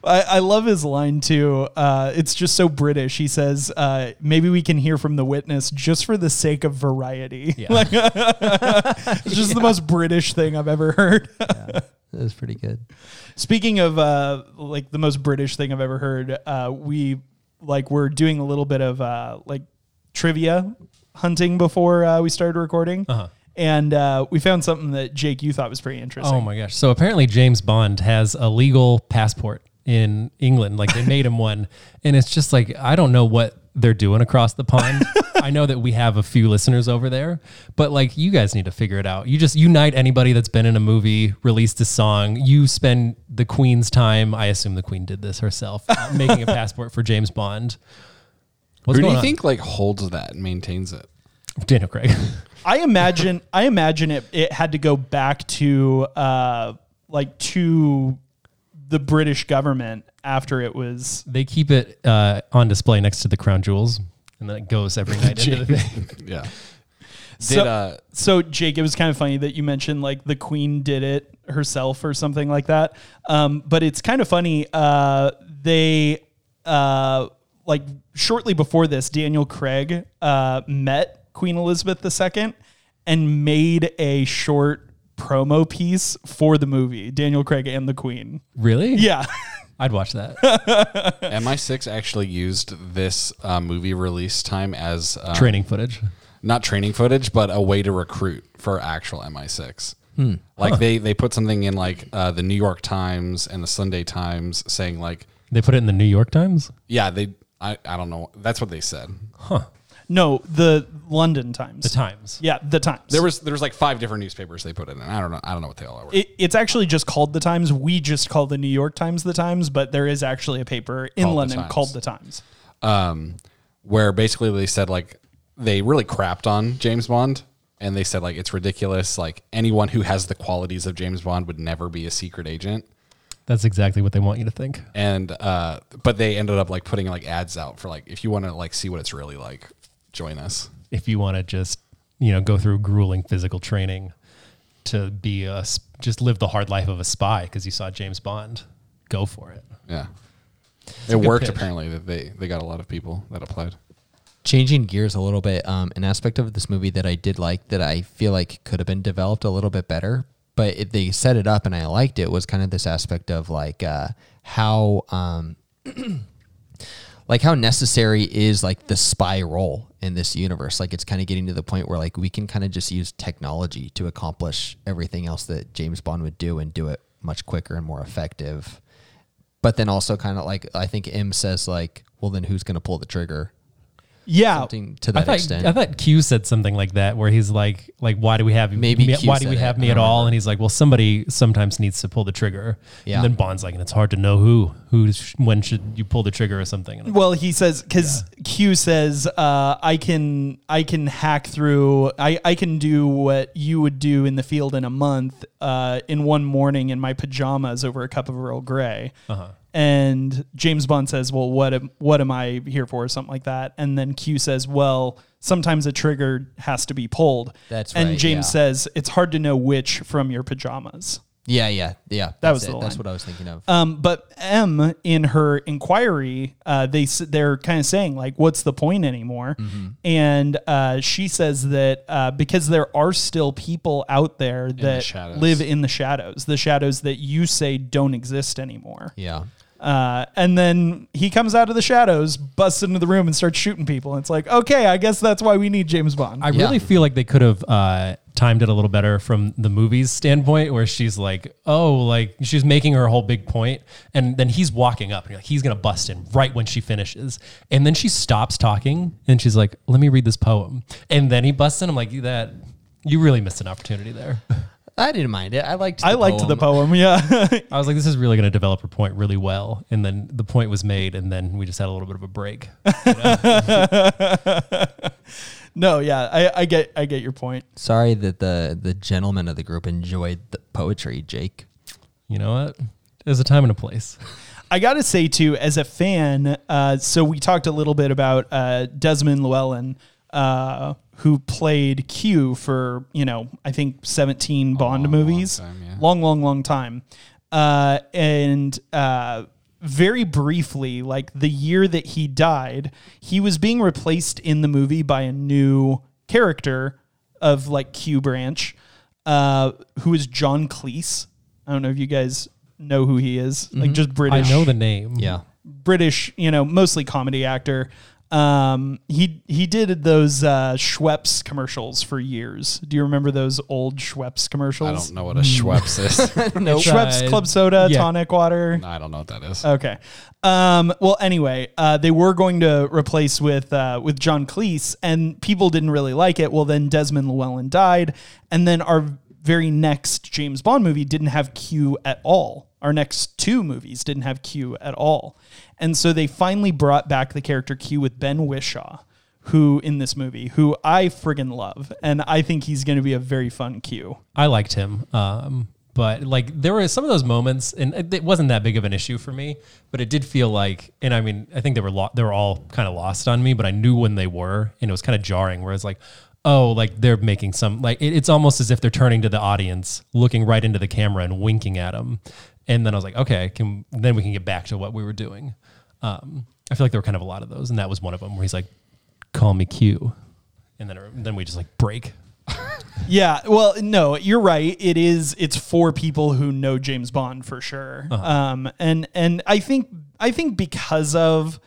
I, I love his line too. Uh, it's just so British. He says, uh, "Maybe we can hear from the witness just for the sake of variety."
yeah.
It's just the most British thing I've ever heard.
That was pretty good.
Speaking of uh, like the most British thing I've ever heard, uh, we like we're doing a little bit of uh, like trivia hunting before uh, we started recording, and uh, we found something that Jake you thought was pretty interesting.
Oh my gosh. So apparently James Bond has a legal passport in England. Like they made him one. And it's just like, I don't know what they're doing across the pond. I know that we have a few listeners over there, but like you guys need to figure it out. You just unite anybody that's been in a movie, released a song. You spend the Queen's time. I assume the Queen did this herself, uh, making a passport for James Bond. What's
Who do
going
you
on?
think like holds that and maintains it?
Daniel Craig.
I imagine I imagine it it had to go back to uh, like to the British government after it was
they keep it uh, on display next to the crown jewels, and then it goes every night into the thing.
Yeah. Did
So-
uh,
So Jake, it was kind of funny that you mentioned like the Queen did it herself or something like that. Um, but it's kind of funny. Uh, they uh, like shortly before this, Daniel Craig uh, met Queen Elizabeth II and made a short promo piece for the movie. Daniel Craig and the Queen.
Really?
Yeah,
I'd watch that.
MI6 actually used this uh, movie release time as um,
Training footage.
not training footage, but a way to recruit for actual MI6. Like they they put something in like uh, the New York Times and the Sunday Times saying like
They put it in the New York Times.
yeah they I, I don't know that's what they said
No, the London Times.
The Times.
Yeah, the Times.
There was there was like five different newspapers they put it in. I don't know. I don't know what they all were.
It, it's actually just called the Times. We just call the New York Times the Times, but there is actually a paper in
Called the
London
Times.
called the Times.
um, where basically they said like they really crapped on James Bond, and they said like it's ridiculous. Like anyone who has the qualities of James Bond would never be a secret agent.
That's exactly what they want you to think.
And uh, but they ended up like putting like ads out for like if you want to like see what it's really like, join us.
If you want to just, you know, go through grueling physical training to be a, s- just live the hard life of a spy because you saw James Bond, go for it.
Yeah, it worked
pitch.
apparently. That they they got a lot of people that applied.
Changing gears a little bit, um, an aspect of this movie that I did like that I feel like could have been developed a little bit better, but it, they set it up and I liked it was kind of this aspect of like uh, how um, like how necessary is like the spy role in this universe. Like it's kind of getting to the point where like we can kind of just use technology to accomplish everything else that James Bond would do and do it much quicker and more effective. But then also kind of like I think M says like, well then who's going to pull the trigger?
Yeah.
something
I
to that
thought
extent.
I thought Q said something like that, where he's like, like, why do we have
Maybe
me,
Q
why do we
said it.
have me
I
at
don't
all?
remember.
And he's like, well, somebody sometimes needs to pull the trigger.
Yeah.
And then Bond's like, and it's hard to know who, who, sh- when should you pull the trigger or something. And I'm like,
Well, he says because Q says uh, I can I can hack through I, I can do what you would do in the field in a month uh, in one morning in my pajamas over a cup of Earl gray
Uh-huh.
And James Bond says, "Well, what am, what am I here for?" or something like that. And then Q says, "Well, sometimes a trigger has to be pulled."
That's
and
right,
James
yeah.
says, "It's hard to know which from your pajamas."
Yeah, yeah, yeah. That
was
it.
the line.
That's what I was thinking of.
Um, but M in her inquiry, uh, they s- they're kind of saying like, "What's the point anymore?" And uh, she says that uh, because there are still people out there that
shadows.
live in the shadows, the shadows that you say don't exist anymore.
yeah.
Uh, and then he comes out of the shadows, busts into the room, and starts shooting people. And it's like, okay, I guess that's why we need James Bond.
I
Yeah.
really feel like they could have uh, timed it a little better from the movie's standpoint, where she's like, "Oh, like she's making her whole big point, and then he's walking up, and you're like, he's gonna bust in right when she finishes, and then she stops talking, and she's like, "Let me read this poem," and then he busts in. I'm like, "That you really missed an opportunity there."
I didn't mind it. I liked. The
I liked the
poem.
poem. Yeah.
I was like, "This is really gonna develop her point really well," and then the point was made, and then we just had a little bit of a break.
no. Yeah. I, I get. I get your point.
Sorry that the the gentleman of the group enjoyed the poetry, Jake.
You know what? There's a time and a place.
I gotta say too, as a fan, uh, so we talked a little bit about uh, Desmond Llewellyn, uh, who played Q for you know I think seventeen Bond movies,
time, yeah.
long, long, long time, uh, and. Uh, very briefly, like the year that he died, he was being replaced in the movie by a new character of like Q Branch, uh, who is John Cleese. I don't know if you guys know who he is,
Mm-hmm.
like just
I
British.
know the name.
Yeah.
British, you know, mostly comedy actor. Um, he he did those uh, Schweppes commercials for years. Do you remember those old Schweppes
I
commercials?
don't know what a Schweppes is.
No.
Schweppes
Uh,
club soda,
yeah.
tonic water.
I don't know what that is.
Okay. Um, well, anyway, uh, they were going to replace with uh, with John Cleese, and people didn't really like it. Well, then Desmond Llewellyn died, and then our very next James Bond movie didn't have Q at all. Our next two movies didn't have Q at all, and so they finally brought back the character Q with Ben Wishaw, who in this movie, who I friggin' love, and I think he's going to be a very fun Q.
I liked him. Um, but like there were some of those moments, and it it wasn't that big of an issue for me. But it did feel like, and I mean, I think they were lo- they were all kind of lost on me. But I knew when they were, and it was kind of jarring. Where it's like, oh, like they're making some like it, it's almost as if they're turning to the audience, looking right into the camera and winking at them. And then I was like, okay, can then we can get back to what we were doing. Um, I feel like there were kind of a lot of those, and that was one of them where he's like, "Call me Q," and then then we just like break.
Yeah, well, no, you're right. It is. It's for people who know James Bond for sure. Um, and and I think I think because of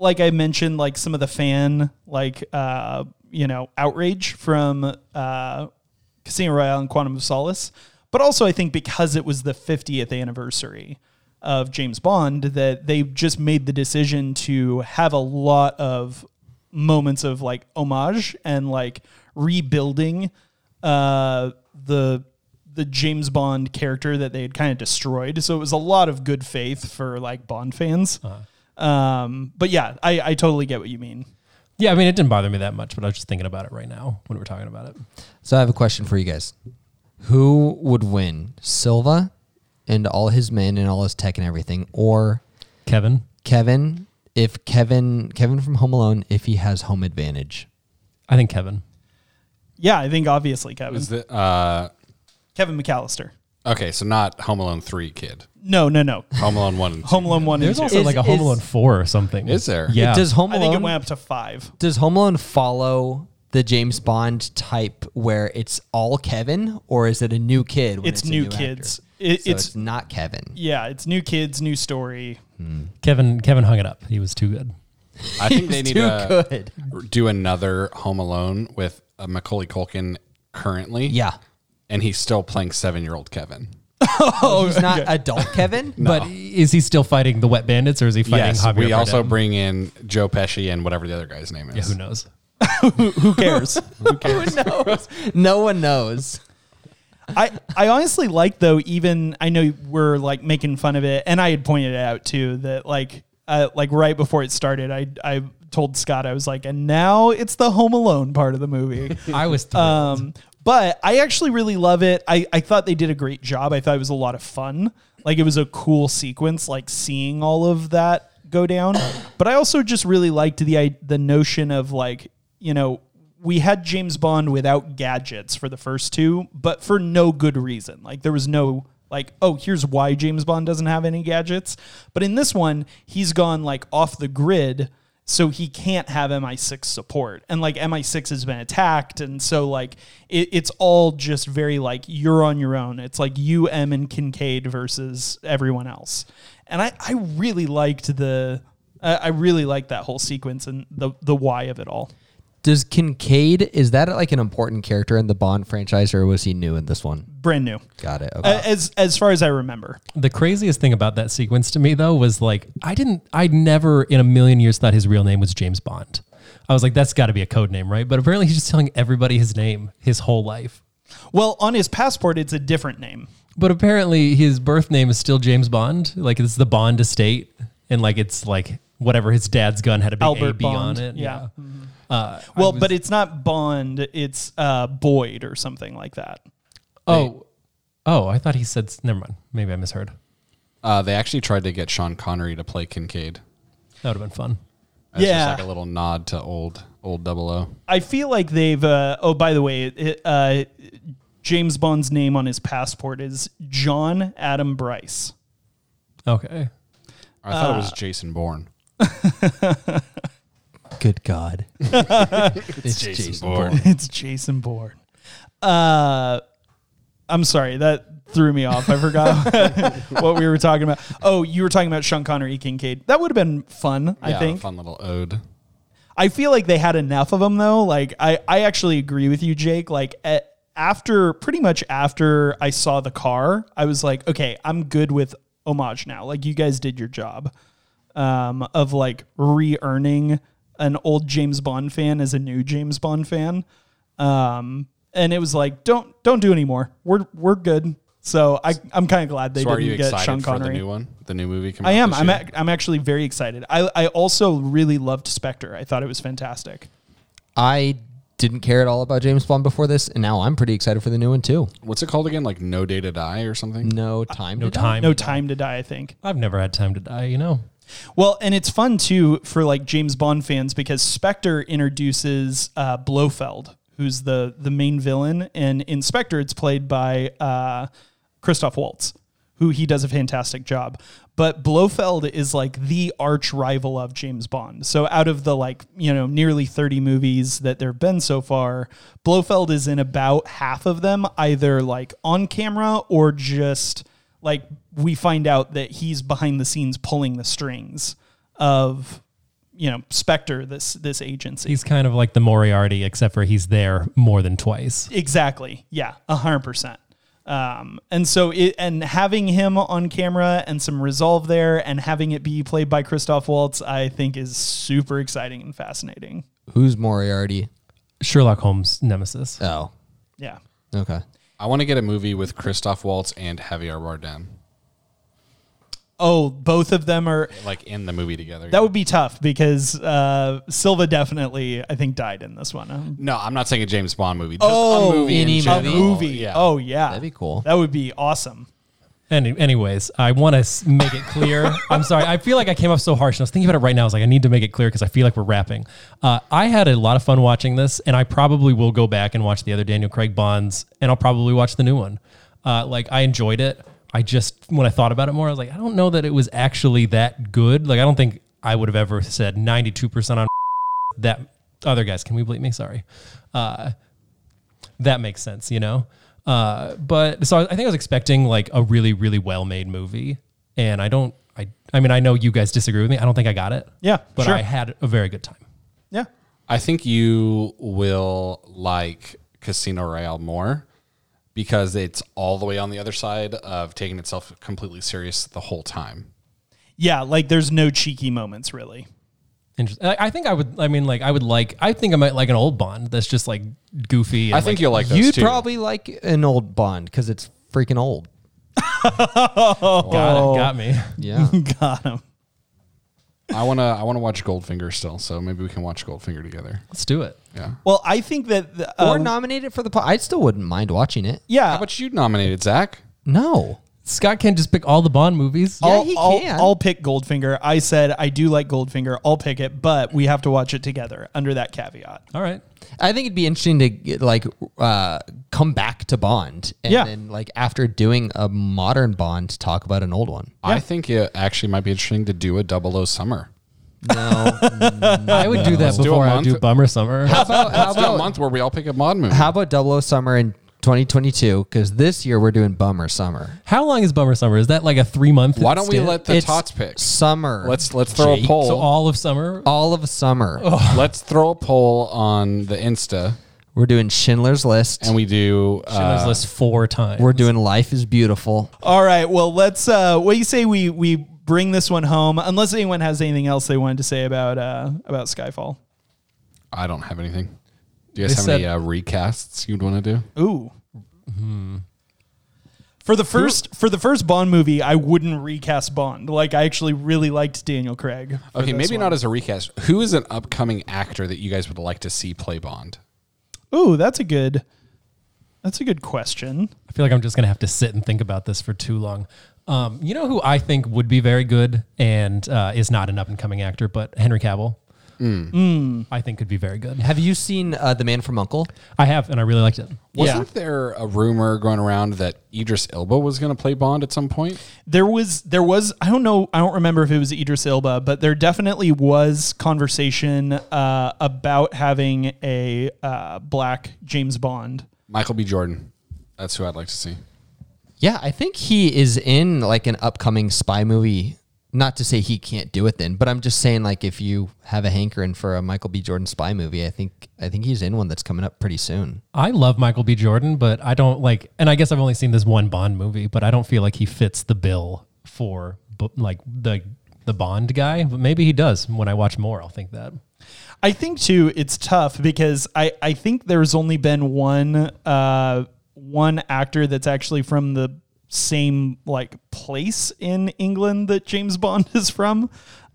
like I mentioned, like some of the fan like uh you know outrage from uh Casino Royale and Quantum of Solace, but also I think because it was the 50th anniversary of James Bond that they just made the decision to have a lot of moments of like homage and like rebuilding uh, the the James Bond character that they had kind of destroyed. So it was a lot of good faith for like Bond fans. Um, but yeah, I, I totally get what you mean.
Yeah, I mean, it didn't bother me that much, but I was just thinking about it right now when we were talking about it.
So I have a question for you guys. Who would win, Silva and all his men and all his tech and everything, or
Kevin,
Kevin? If Kevin, Kevin from Home Alone, if he has home advantage,
I think Kevin.
Yeah, I think obviously Kevin
Is the, uh,
Kevin McAllister.
okay, so not Home Alone 3 kid.
No, no, no.
Home Alone 1 and 2.
Home Alone one.
There's
and two.
also
Is-
like a Home
is-
Alone four or something.
Is there?
Yeah.
does Home
I think it
Alone
went up to five.
does Home Alone follow the James Bond type where it's all Kevin, or is it a new kid? When
It's
a
new
actor?
kids.
So
It,
it's,
it's,
not Kevin.
yeah, it's new kids, new story.
Kevin Kevin hung it up. He was too good.
I think they need
too
to
good. Oh,
do another Home Alone with uh, Macaulay Culkin currently.
Yeah,
And he's still playing seven year old Kevin.
he's not adult Kevin,
But is he still fighting the Wet Bandits or is he fighting
yes.
Javier
we also
Bardem?
bring in Joe Pesci and whatever the other guy's name is.
Yeah, who knows?
Who cares?
but knows? no one knows.
I, I honestly like though even I know we're like making fun of it and I had pointed out too that like uh, like right before it started I I told Scott I was like and now it's the Home Alone part of the movie
I was
um but I actually really love it I I thought they did a great job I thought it was a lot of fun like it was a cool sequence like seeing all of that go down but I also just really liked the I, the notion of like you know we had James Bond without gadgets for the first two, but for no good reason. Like there was no like, oh, here's why James Bond doesn't have any gadgets. But in this one, he's gone like off the grid, so he can't have MI6 support. And like MI6 has been attacked, and so like it, it's all just very like you're on your own. It's like you, M, and Kincaid versus everyone else. And I, I really liked the. I I really liked that whole sequence and the the why of it all.
Does Kincaid is that like an important character in the Bond franchise, or was he new in this one?
Brand new.
Got it. Okay.
Uh, as as far as I remember.
The craziest thing about that sequence to me though was like I didn't I never in a million years thought his real name was James Bond. I was like, that's got to be a code name, right? But apparently, he's just telling everybody his name his whole life.
Well, on his passport, it's a different name.
But apparently, his birth name is still James Bond. Like it's the Bond estate, and like it's like whatever his dad's gun had a big
Albert
AB on
Bond.
it.
Yeah. Mm-hmm.
Uh,
Well, but it's not Bond. It's uh, Boyd or something like that.
oh, oh, I thought he said. s- Never mind. Maybe I misheard.
Uh, they actually tried to get Sean Connery to play Kincaid.
That would have been fun.
That's
Yeah.
just like a little nod to old old double O.
I feel like they've. Uh, oh, by the way, it, uh, James Bond's name on his passport is John Adam Bryce.
Okay.
I thought it
Uh,
was Jason Bourne.
Good God. it's
It's Jason Bourne. Uh, I'm sorry that threw me off. I forgot what we were talking about. Oh, you were talking about Sean Connery Kincaid. That would have been fun. I
Yeah,
think
fun little ode.
I feel like they had enough of them though. Like I, I actually agree with you, Jake. Like a after pretty much after I saw the car, I was like, okay, I'm good with homage now. Like you guys did your job um, of like re-earning an old James Bond fan as a new James Bond fan. Um, and it was like, don't don't do anymore. We're we're good. So I, I'm kind of glad they
So are you
didn't get Sean
excited for
Connery.
the new one? The new movie coming
I
out
am.
this
I'm,
year?
ac I'm actually very excited. I, I also really loved Spectre. I thought it was fantastic.
I didn't care at all about James Bond before this, and now I'm pretty excited for the new one too.
What's it called again? Like No Day to Die or something?
No time.
No
to die.
time.
No Time to Die, I think.
I've never had time to die. You know.
Well, and it's fun too for like James Bond fans because Spectre introduces uh, Blofeld, who's the the main villain, and in Spectre it's played by uh, Christoph Waltz, who he does a fantastic job. But Blofeld is like the arch rival of James Bond. So out of the like you know nearly thirty movies that there have been so far, Blofeld is in about half of them, either like on camera or just like we find out that he's behind the scenes pulling the strings of you know Spectre this this agency.
He's kind of like the Moriarty, except for he's there more than twice.
exactly. Yeah, a hundred percent. Um, and so it, and having him on camera and some resolve there and having it be played by Christoph Waltz, I think is super exciting and fascinating.
Who's Moriarty?
Sherlock Holmes nemesis.
Oh,
Yeah.
okay.
I want to get a movie with Christoph Waltz and Javier Bardem,
Oh, both of them are.
like in the movie together.
That would be tough because uh, Silva definitely, I think, died in this one. Um,
no, I'm not saying a James Bond movie. Just
Oh,
a movie.
any
in
movie.
a
general.
movie.
Yeah.
Oh yeah,
That'd be cool.
That would be awesome.
Any, anyways, I want to make it clear. I'm sorry. I feel like I came off so harsh. And I was thinking about it right now. I was like, I need to make it clear because I feel like we're wrapping. Uh, I had a lot of fun watching this, and I probably will go back and watch the other Daniel Craig Bonds, and I'll probably watch the new one. Uh, like, I enjoyed it. I just, when I thought about it more, I was like, I don't know that it was actually that good. Like, I don't think I would have ever said 92% on that. Other guys, can we bleep me? Sorry. Uh, that makes sense, you know? Uh, but so I I think I was expecting like a really, really well made movie. And I don't, I, I mean, I know you guys disagree with me. I don't think I got it.
Yeah,
But
sure.
I had a very good time.
Yeah.
I think you will like Casino Royale more because it's all the way on the other side of taking itself completely serious the whole time.
Yeah, like there's no cheeky moments really.
Interesting. I, I think I would, I mean, like, I would like, I think I might like an old Bond that's just like goofy. And,
I think you'll like those
You'd
too.
probably like an old Bond because it's freaking old.
like, got, it, got me.
Yeah.
Oh, Got him.
I wanna I wanna watch Goldfinger still, so maybe we can watch Goldfinger together.
Let's do it.
Yeah.
Well, I think that the, uh,
or nominate it for the. Po- I still wouldn't mind watching it.
yeah,
How about you nominated Zach?
No.
Scott can just pick all the Bond movies.
Yeah,
I'll,
he
I'll-
can.
I'll pick Goldfinger. I said I do like Goldfinger. I'll pick it, but we have to watch it together under that caveat.
All right.
I think it'd be interesting to get, like uh, come back to Bond, and
Yeah.
then like after doing a modern Bond, talk about an old one.
I think it actually might be interesting to do a double O summer.
No.
I would do that
do a
before I would do
month.
Bummer Summer.
how about how
Let's do a
about
month where we all pick a mod movie.
how about Double O Summer in 2022? Because this year we're doing Bummer Summer.
How long is Bummer Summer? Is that like a three month?
Why don't we
stint?
let the
It's
tots pick?
Summer.
Let's let's throw
Jake.
a poll.
So all of summer?
all of summer.
let's throw a poll on the Insta
We're doing Schindler's List.
and we do
Schindler's
uh,
List four times.
we're doing Life is Beautiful.
All right. Well, let's. Uh, what do you say we we bring this one home? Unless anyone has anything else they wanted to say about uh, about Skyfall.
I don't have anything. Do you guys
They
have any
said-
uh, recasts you'd want to do?
Ooh. For the first for the first Bond movie, I wouldn't recast Bond. Like I actually really liked Daniel Craig. for
Okay,
this
maybe
one.
not as a recast. Who is an upcoming actor that you guys would like to see play Bond?
Ooh, that's a good. That's a good question.
I feel like I'm just gonna have to sit and think about this for too long. Um, you know who I think would be very good and uh, is not an up and coming actor, but Henry Cavill. Mm. I think could be very good.
Have you seen uh, The Man from Uncle?
I have, and I really liked it.
Wasn't there a rumor going around that Idris Elba was going to play Bond at some point?
There was there was I don't know I don't remember if it was Idris Elba, but there definitely was conversation uh, about having a uh, black James Bond.
Michael B. Jordan. That's who I'd like to see.
Yeah, I think he is in like an upcoming spy movie. Not to say he can't do it then, but I'm just saying like if you have a hankering for a Michael B. Jordan spy movie, I think I think he's in one that's coming up pretty soon.
I love Michael B. Jordan, but I don't like, and I guess I've only seen this one Bond movie, but I don't feel like he fits the bill for bu- like the the Bond guy. But maybe he does. When I watch more, I'll think that.
I think too it's tough because I I think there's only been one uh, one actor that's actually from the same like place in England that James Bond is from.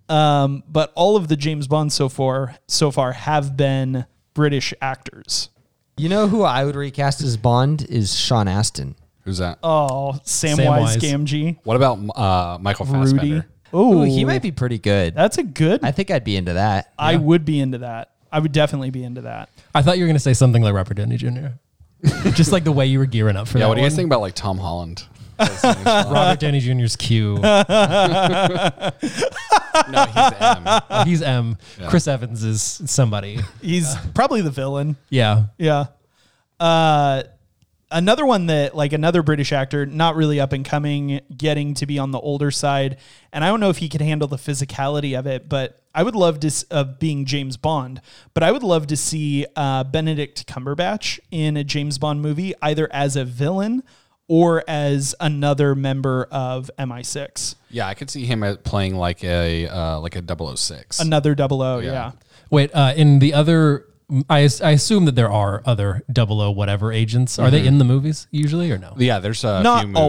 Um, but all of the James Bonds so far so far have been British actors.
You know who I would recast as Bond is Sean Astin.
Who's that?
Oh, Samwise,
Samwise.
Gamgee.
what about uh, Michael Fassbender?
Rudy.
Ooh,
Oh,
he might be pretty good.
That's a good. I,
I think I'd be into that.
would be into that. I would definitely be into that.
I thought you were gonna say something like Robert Downey Jr. Just like the way you were gearing up for
Yeah,
that.
what do you
one.
guys think about like Tom Holland?
Robert Downey Jr.'s Q.
no, he's M.
Oh, He's M. Chris Evans is somebody.
He's
Uh.
probably the villain.
Yeah.
Yeah. Uh, another one that like another British actor, not really up and coming, getting to be on the older side, and I don't know if he could handle the physicality of it, but I would love to s- of being James Bond, but I would love to see uh, Benedict Cumberbatch in a James Bond movie, either as a villain or as another member of MI6,
Yeah, I could see him at- playing like a uh, like a 006.
another Double O. Yeah.
Wait, uh, in the other, I, as- I assume that there are other 00 whatever agents. Are
Mm-hmm.
they in the movies usually or no?
yeah, there's a
Not
few movies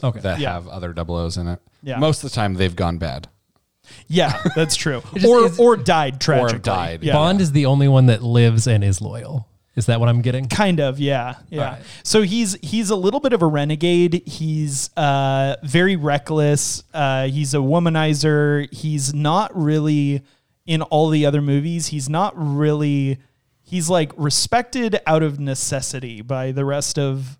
always.
Okay.
that
Yeah.
have other 00s in it.
Yeah.
Most of the time they've gone bad.
Yeah, that's true.
just
or
is-
or died tragically.
died,
Yeah.
Bond is the only one that lives and is loyal. Is that what I'm getting?
kind of yeah yeah
right.
so he's he's a little bit of a renegade he's uh very reckless uh he's a womanizer he's not really in all the other movies he's not really he's like respected out of necessity by the rest of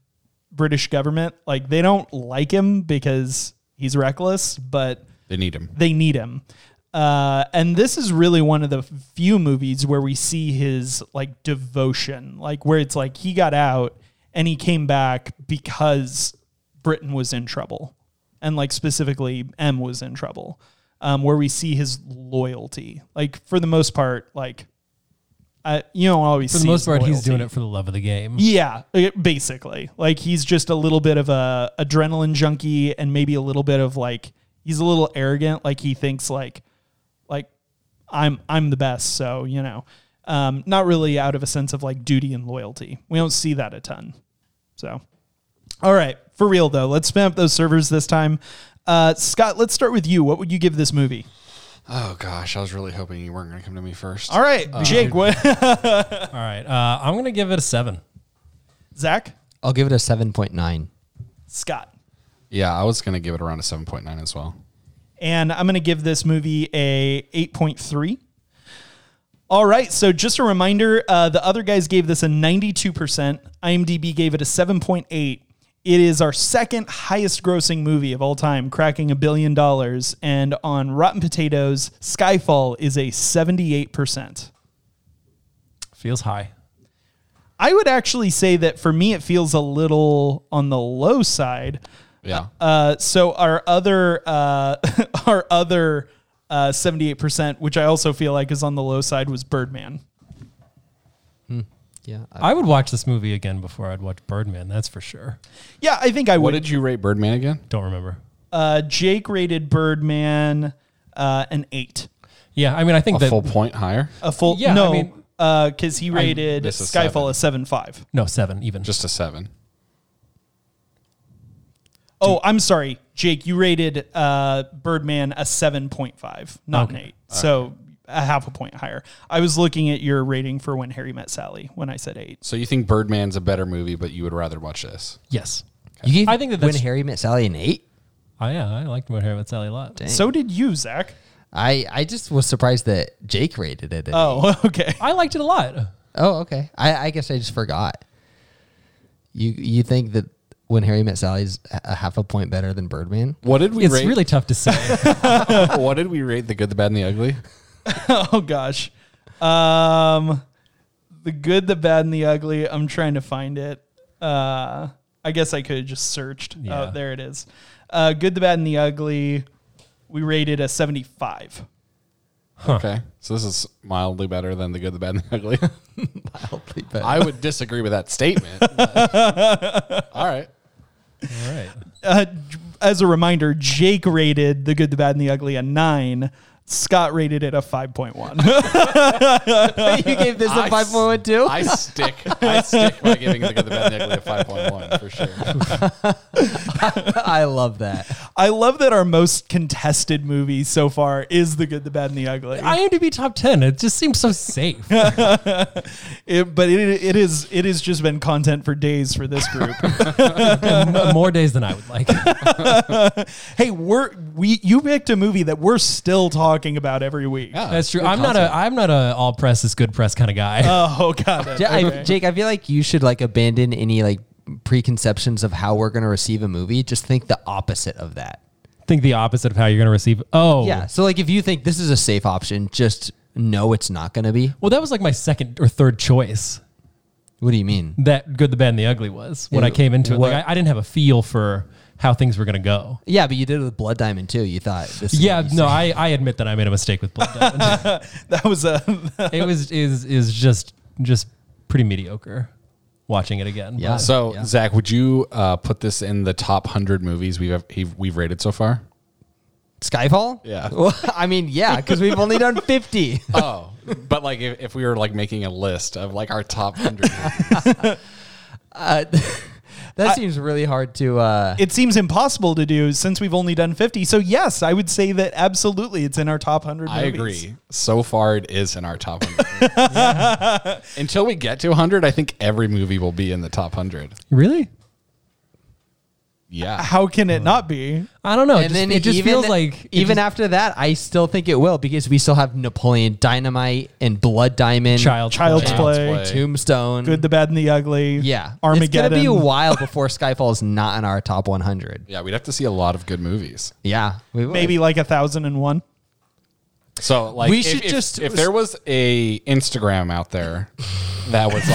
british government like they don't like him because he's reckless but
They need him.
they need him. Uh, and this is really one of the few movies where we see his like devotion, like where it's like he got out and he came back because Britain was in trouble, and like specifically M was in trouble. Um, where we see his loyalty, like for the most part, like I, you don't always
For the
see
most
his
part, he's
loyalty.
doing it for the love of the game.
Yeah, uh, basically. Like he's just a little bit of a adrenaline junkie and maybe a little bit of like he's a little arrogant like he thinks like like I'm I'm the best, so, you know. Um not really out of a sense of like duty and loyalty. We don't see that a ton. So, all right, for real though, let's spin up those servers this time. Uh, Scott, let's start with you. What would you give this movie?
Oh gosh, I was really hoping you weren't going to come to me first.
All right, Jake. What?
All right. Uh, I'm going to give it a seven.
Zach,
I'll give it a 7.9.
Scott.
Yeah, I was going to give it around a 7.9 as well.
and I'm going to give this movie a 8.3. All right, so just a reminder, uh, the other guys gave this a 92%. IMDb gave it a 7.8. It is our second highest grossing movie of all time, cracking a billion dollars. And on Rotten Potatoes, Skyfall is a 78%.
Feels high.
I would actually say that for me, it feels a little on the low side.
Yeah.
Uh, so our other uh, our other seventy eight percent, which I also feel like is on the low side, was Birdman.
Yeah. I-
I would watch this movie again before I'd watch Birdman. That's for sure.
Yeah, I think I
what
would.
did you rate Birdman again?
Don't remember.
uh, Jake rated Birdman uh, an eight,
Yeah, I mean, I think
A
that
full point higher?
a full
Yeah, I
no,
mean-
because he rated
this is
Skyfall a seven five.
no seven even.
Just a 7.
Oh, I'm sorry, Jake, you rated uh, Birdman a seven point five, not an eight. So. A half a point higher. I was looking at your rating for when Harry met Sally when I said eight.
So you think Birdman's a better movie, but you would rather watch this?
yes.
you gave
I think that that's-
When Harry Met Sally an 8?
Oh yeah, I liked Mohair Harry Met Sally a lot.
So did you, Zach.
I, I just was surprised that Jake rated it. an eight.
Oh, okay.
I liked it a lot.
Oh, okay. I, I guess I just forgot. You you think that when Harry Met Sally's a- a half a point better than Birdman?
What did we
It's
rate?
really tough to say.
what did we rate The Good, the Bad, and the Ugly?
Oh gosh. Um the good, the bad, and the ugly. I'm trying to find it. Uh I guess I could have just searched.
Yeah.
Oh, there it is. Uh good, the bad, and the ugly. We rated a 75.
Okay. So this is mildly better than The Good, the Bad, and the Ugly.
Mildly better.
I would disagree with that statement. but- all right.
All right.
Uh, j- as a reminder, Jake rated the good, the bad, and the ugly a nine. Scott rated it a 5.1.
you gave this
I
a
s-
five point one two.
I stick. I stick by giving The Good, the Bad, and the Ugly a 5.1 for sure.
I love that.
I love that our most contested movie so far is the good, the bad, and the ugly.
IMDb top ten. It just seems so safe.
It- but it, it is it has just been content for days for this group.
M- More days than I would like.
Hey, we're we you picked a movie that we're still talking about every week.
Yeah,
That's true.
good
I'm not
concept. Uh,
a I'm not a all press is good press kind of guy.
Oh god.
Ja- I- Jake, I feel like you should like abandon any like preconceptions of how we're gonna receive a movie. Just think the opposite of that.
think the opposite of how you're going to receive. Oh,
Yeah. So like if you think this is a safe option, just no, it's not gonna be.
Well, that was like my second or third choice.
What do you mean?
That good, the bad, and the ugly was when I
Ew,
came into it.
what-
Like I, I didn't have a feel for how things were going to go.
Yeah, but you did it with Blood Diamond too. You thought this. is
Yeah,
what you
no,
said.
I, I admit that I made a mistake with Blood Diamond.
that was a
it was is is just just pretty mediocre. watching it again.
Yeah.
So, Zach, would you uh, put this in the top hundred movies we've ev- we've rated so far?
Skyfall?
Yeah.
Well, I mean, yeah, because we've only done 50.
Oh, but like if, if we were like making a list of like our top hundred,
Uh, that seems really hard to. Uh,
It seems impossible to do since we've only done 50. So, yes, I would say that absolutely it's in our top 100
I
movies.
agree. So far, it is in our top hundred. Until we get to hundred, I think every movie will be in the top hundred.
Really?
Yeah.
How can it not be?
I don't know.
and then
it just
even,
feels like
even after that, I still think it will because we still have Napoleon Dynamite and Blood Diamond,
child
Child's
Child's
Play,
Play.
Tombstone.
Good, the Bad, and the Ugly.
yeah,
Armageddon.
It's gonna be a while before Skyfall is not in our top 100.
yeah, we'd have to see a lot of good movies.
Yeah, we would.
Maybe like a thousand and one.
So like
We
if-
should
if-
just-
if there was a Instagram out there that was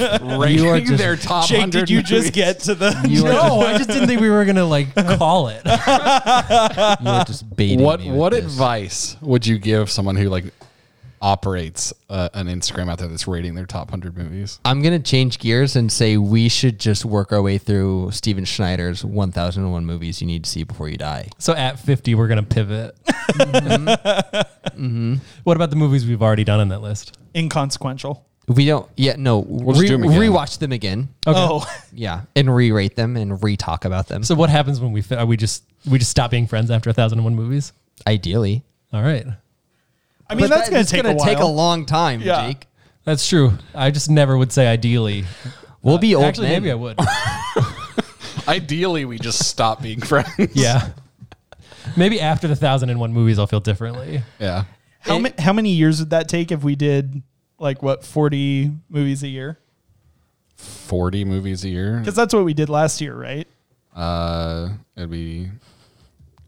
like
You are
rating
just-
their top
Jake,
hundred.
did you just
movies.
get to the?
no, I just didn't think we were gonna like call it.
You are just baiting
what
me with
what
this.
advice would you give someone who like operates uh, an Instagram out there that's rating their top hundred movies?
I'm gonna change gears and say we should just work our way through Steven Schneider's 1001 movies you need to see before you die.
So at fifty, we're gonna pivot.
Mm-hmm.
What about the movies we've already done on that list?
Inconsequential.
We don't. Yeah, no.
just
re-
do 'em again.
Rewatch them again.
Oh,
Yeah, and re-rate them and re-talk about them.
So what happens when we fi- are we just we just stop being friends after a thousand and one movies?
ideally,
All right,
I mean that's
But that-
gonna
it's
take a while.
take a long time,
Yeah.
Jake.
that's true. I just never would say ideally.
We'll
Uh,
be old
Actually,
men.
maybe I would.
Ideally, we just stop being friends.
yeah. Maybe after the thousand and one movies, I'll feel differently.
yeah.
how,
it-
ma- how many years would that take if we did like what forty movies a year?
Forty movies a year.
Because that's what we did last year, right?
Uh, it'd be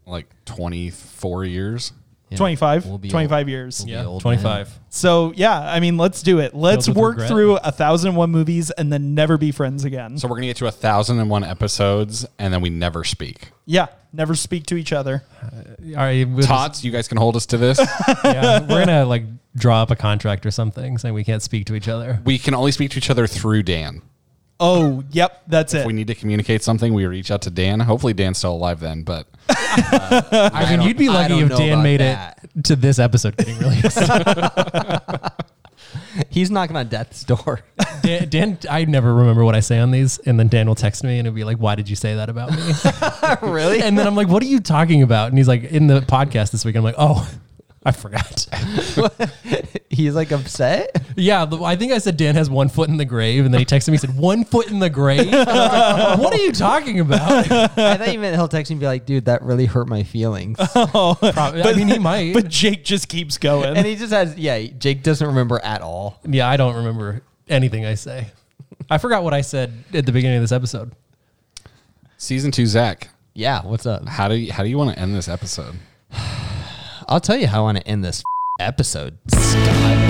like twenty four years.
Yeah.
25
We'll be
25
old.
years.
We'll be
Yeah,
old
twenty five.
So yeah, I mean, let's do it. Let's
with
work
regret.
through a thousand and one movies and then never be friends again.
So we're gonna get to a thousand and one episodes, and then we never speak.
yeah, never speak to each other.
All right, we'll just-
Tots, you guys can hold us to this.
yeah, we're gonna like draw up a contract or something saying we can't speak to each other.
we can only speak to each other through Dan.
Oh, yep, that's
If
it.
we need to communicate something, we reach out to Dan. Hopefully, Dan's still alive then. But uh, I
I mean,
don't-
you'd be
I
lucky
don't
if
know
Dan
about
made
that.
it to this episode getting released.
He's knocking on death's door.
Dan, Dan, I never remember what I say on these, and then Dan will text me and it'll be like, "Why did you say that about me?"
really?
and then I'm like, "What are you talking about?" And he's like, "In the podcast this week." I'm like, "Oh, I forgot."
He's like upset.
yeah, the- I think I said Dan has one foot in the grave, and then he texted me, he said, "One foot in the grave." And I was like, what are you talking about?
I thought you meant he'll text me and be like, "Dude, that really hurt my feelings."
Probably, I mean, he might.
but Jake just keeps going.
and he just has, yeah. Jake doesn't remember at all.
Yeah, I don't remember anything I say. I forgot what I said at the beginning of this episode.
season two, Zach.
Yeah, what's up?
How do you, how do you want to end this episode?
I'll tell you how I want to end this episode, Scott.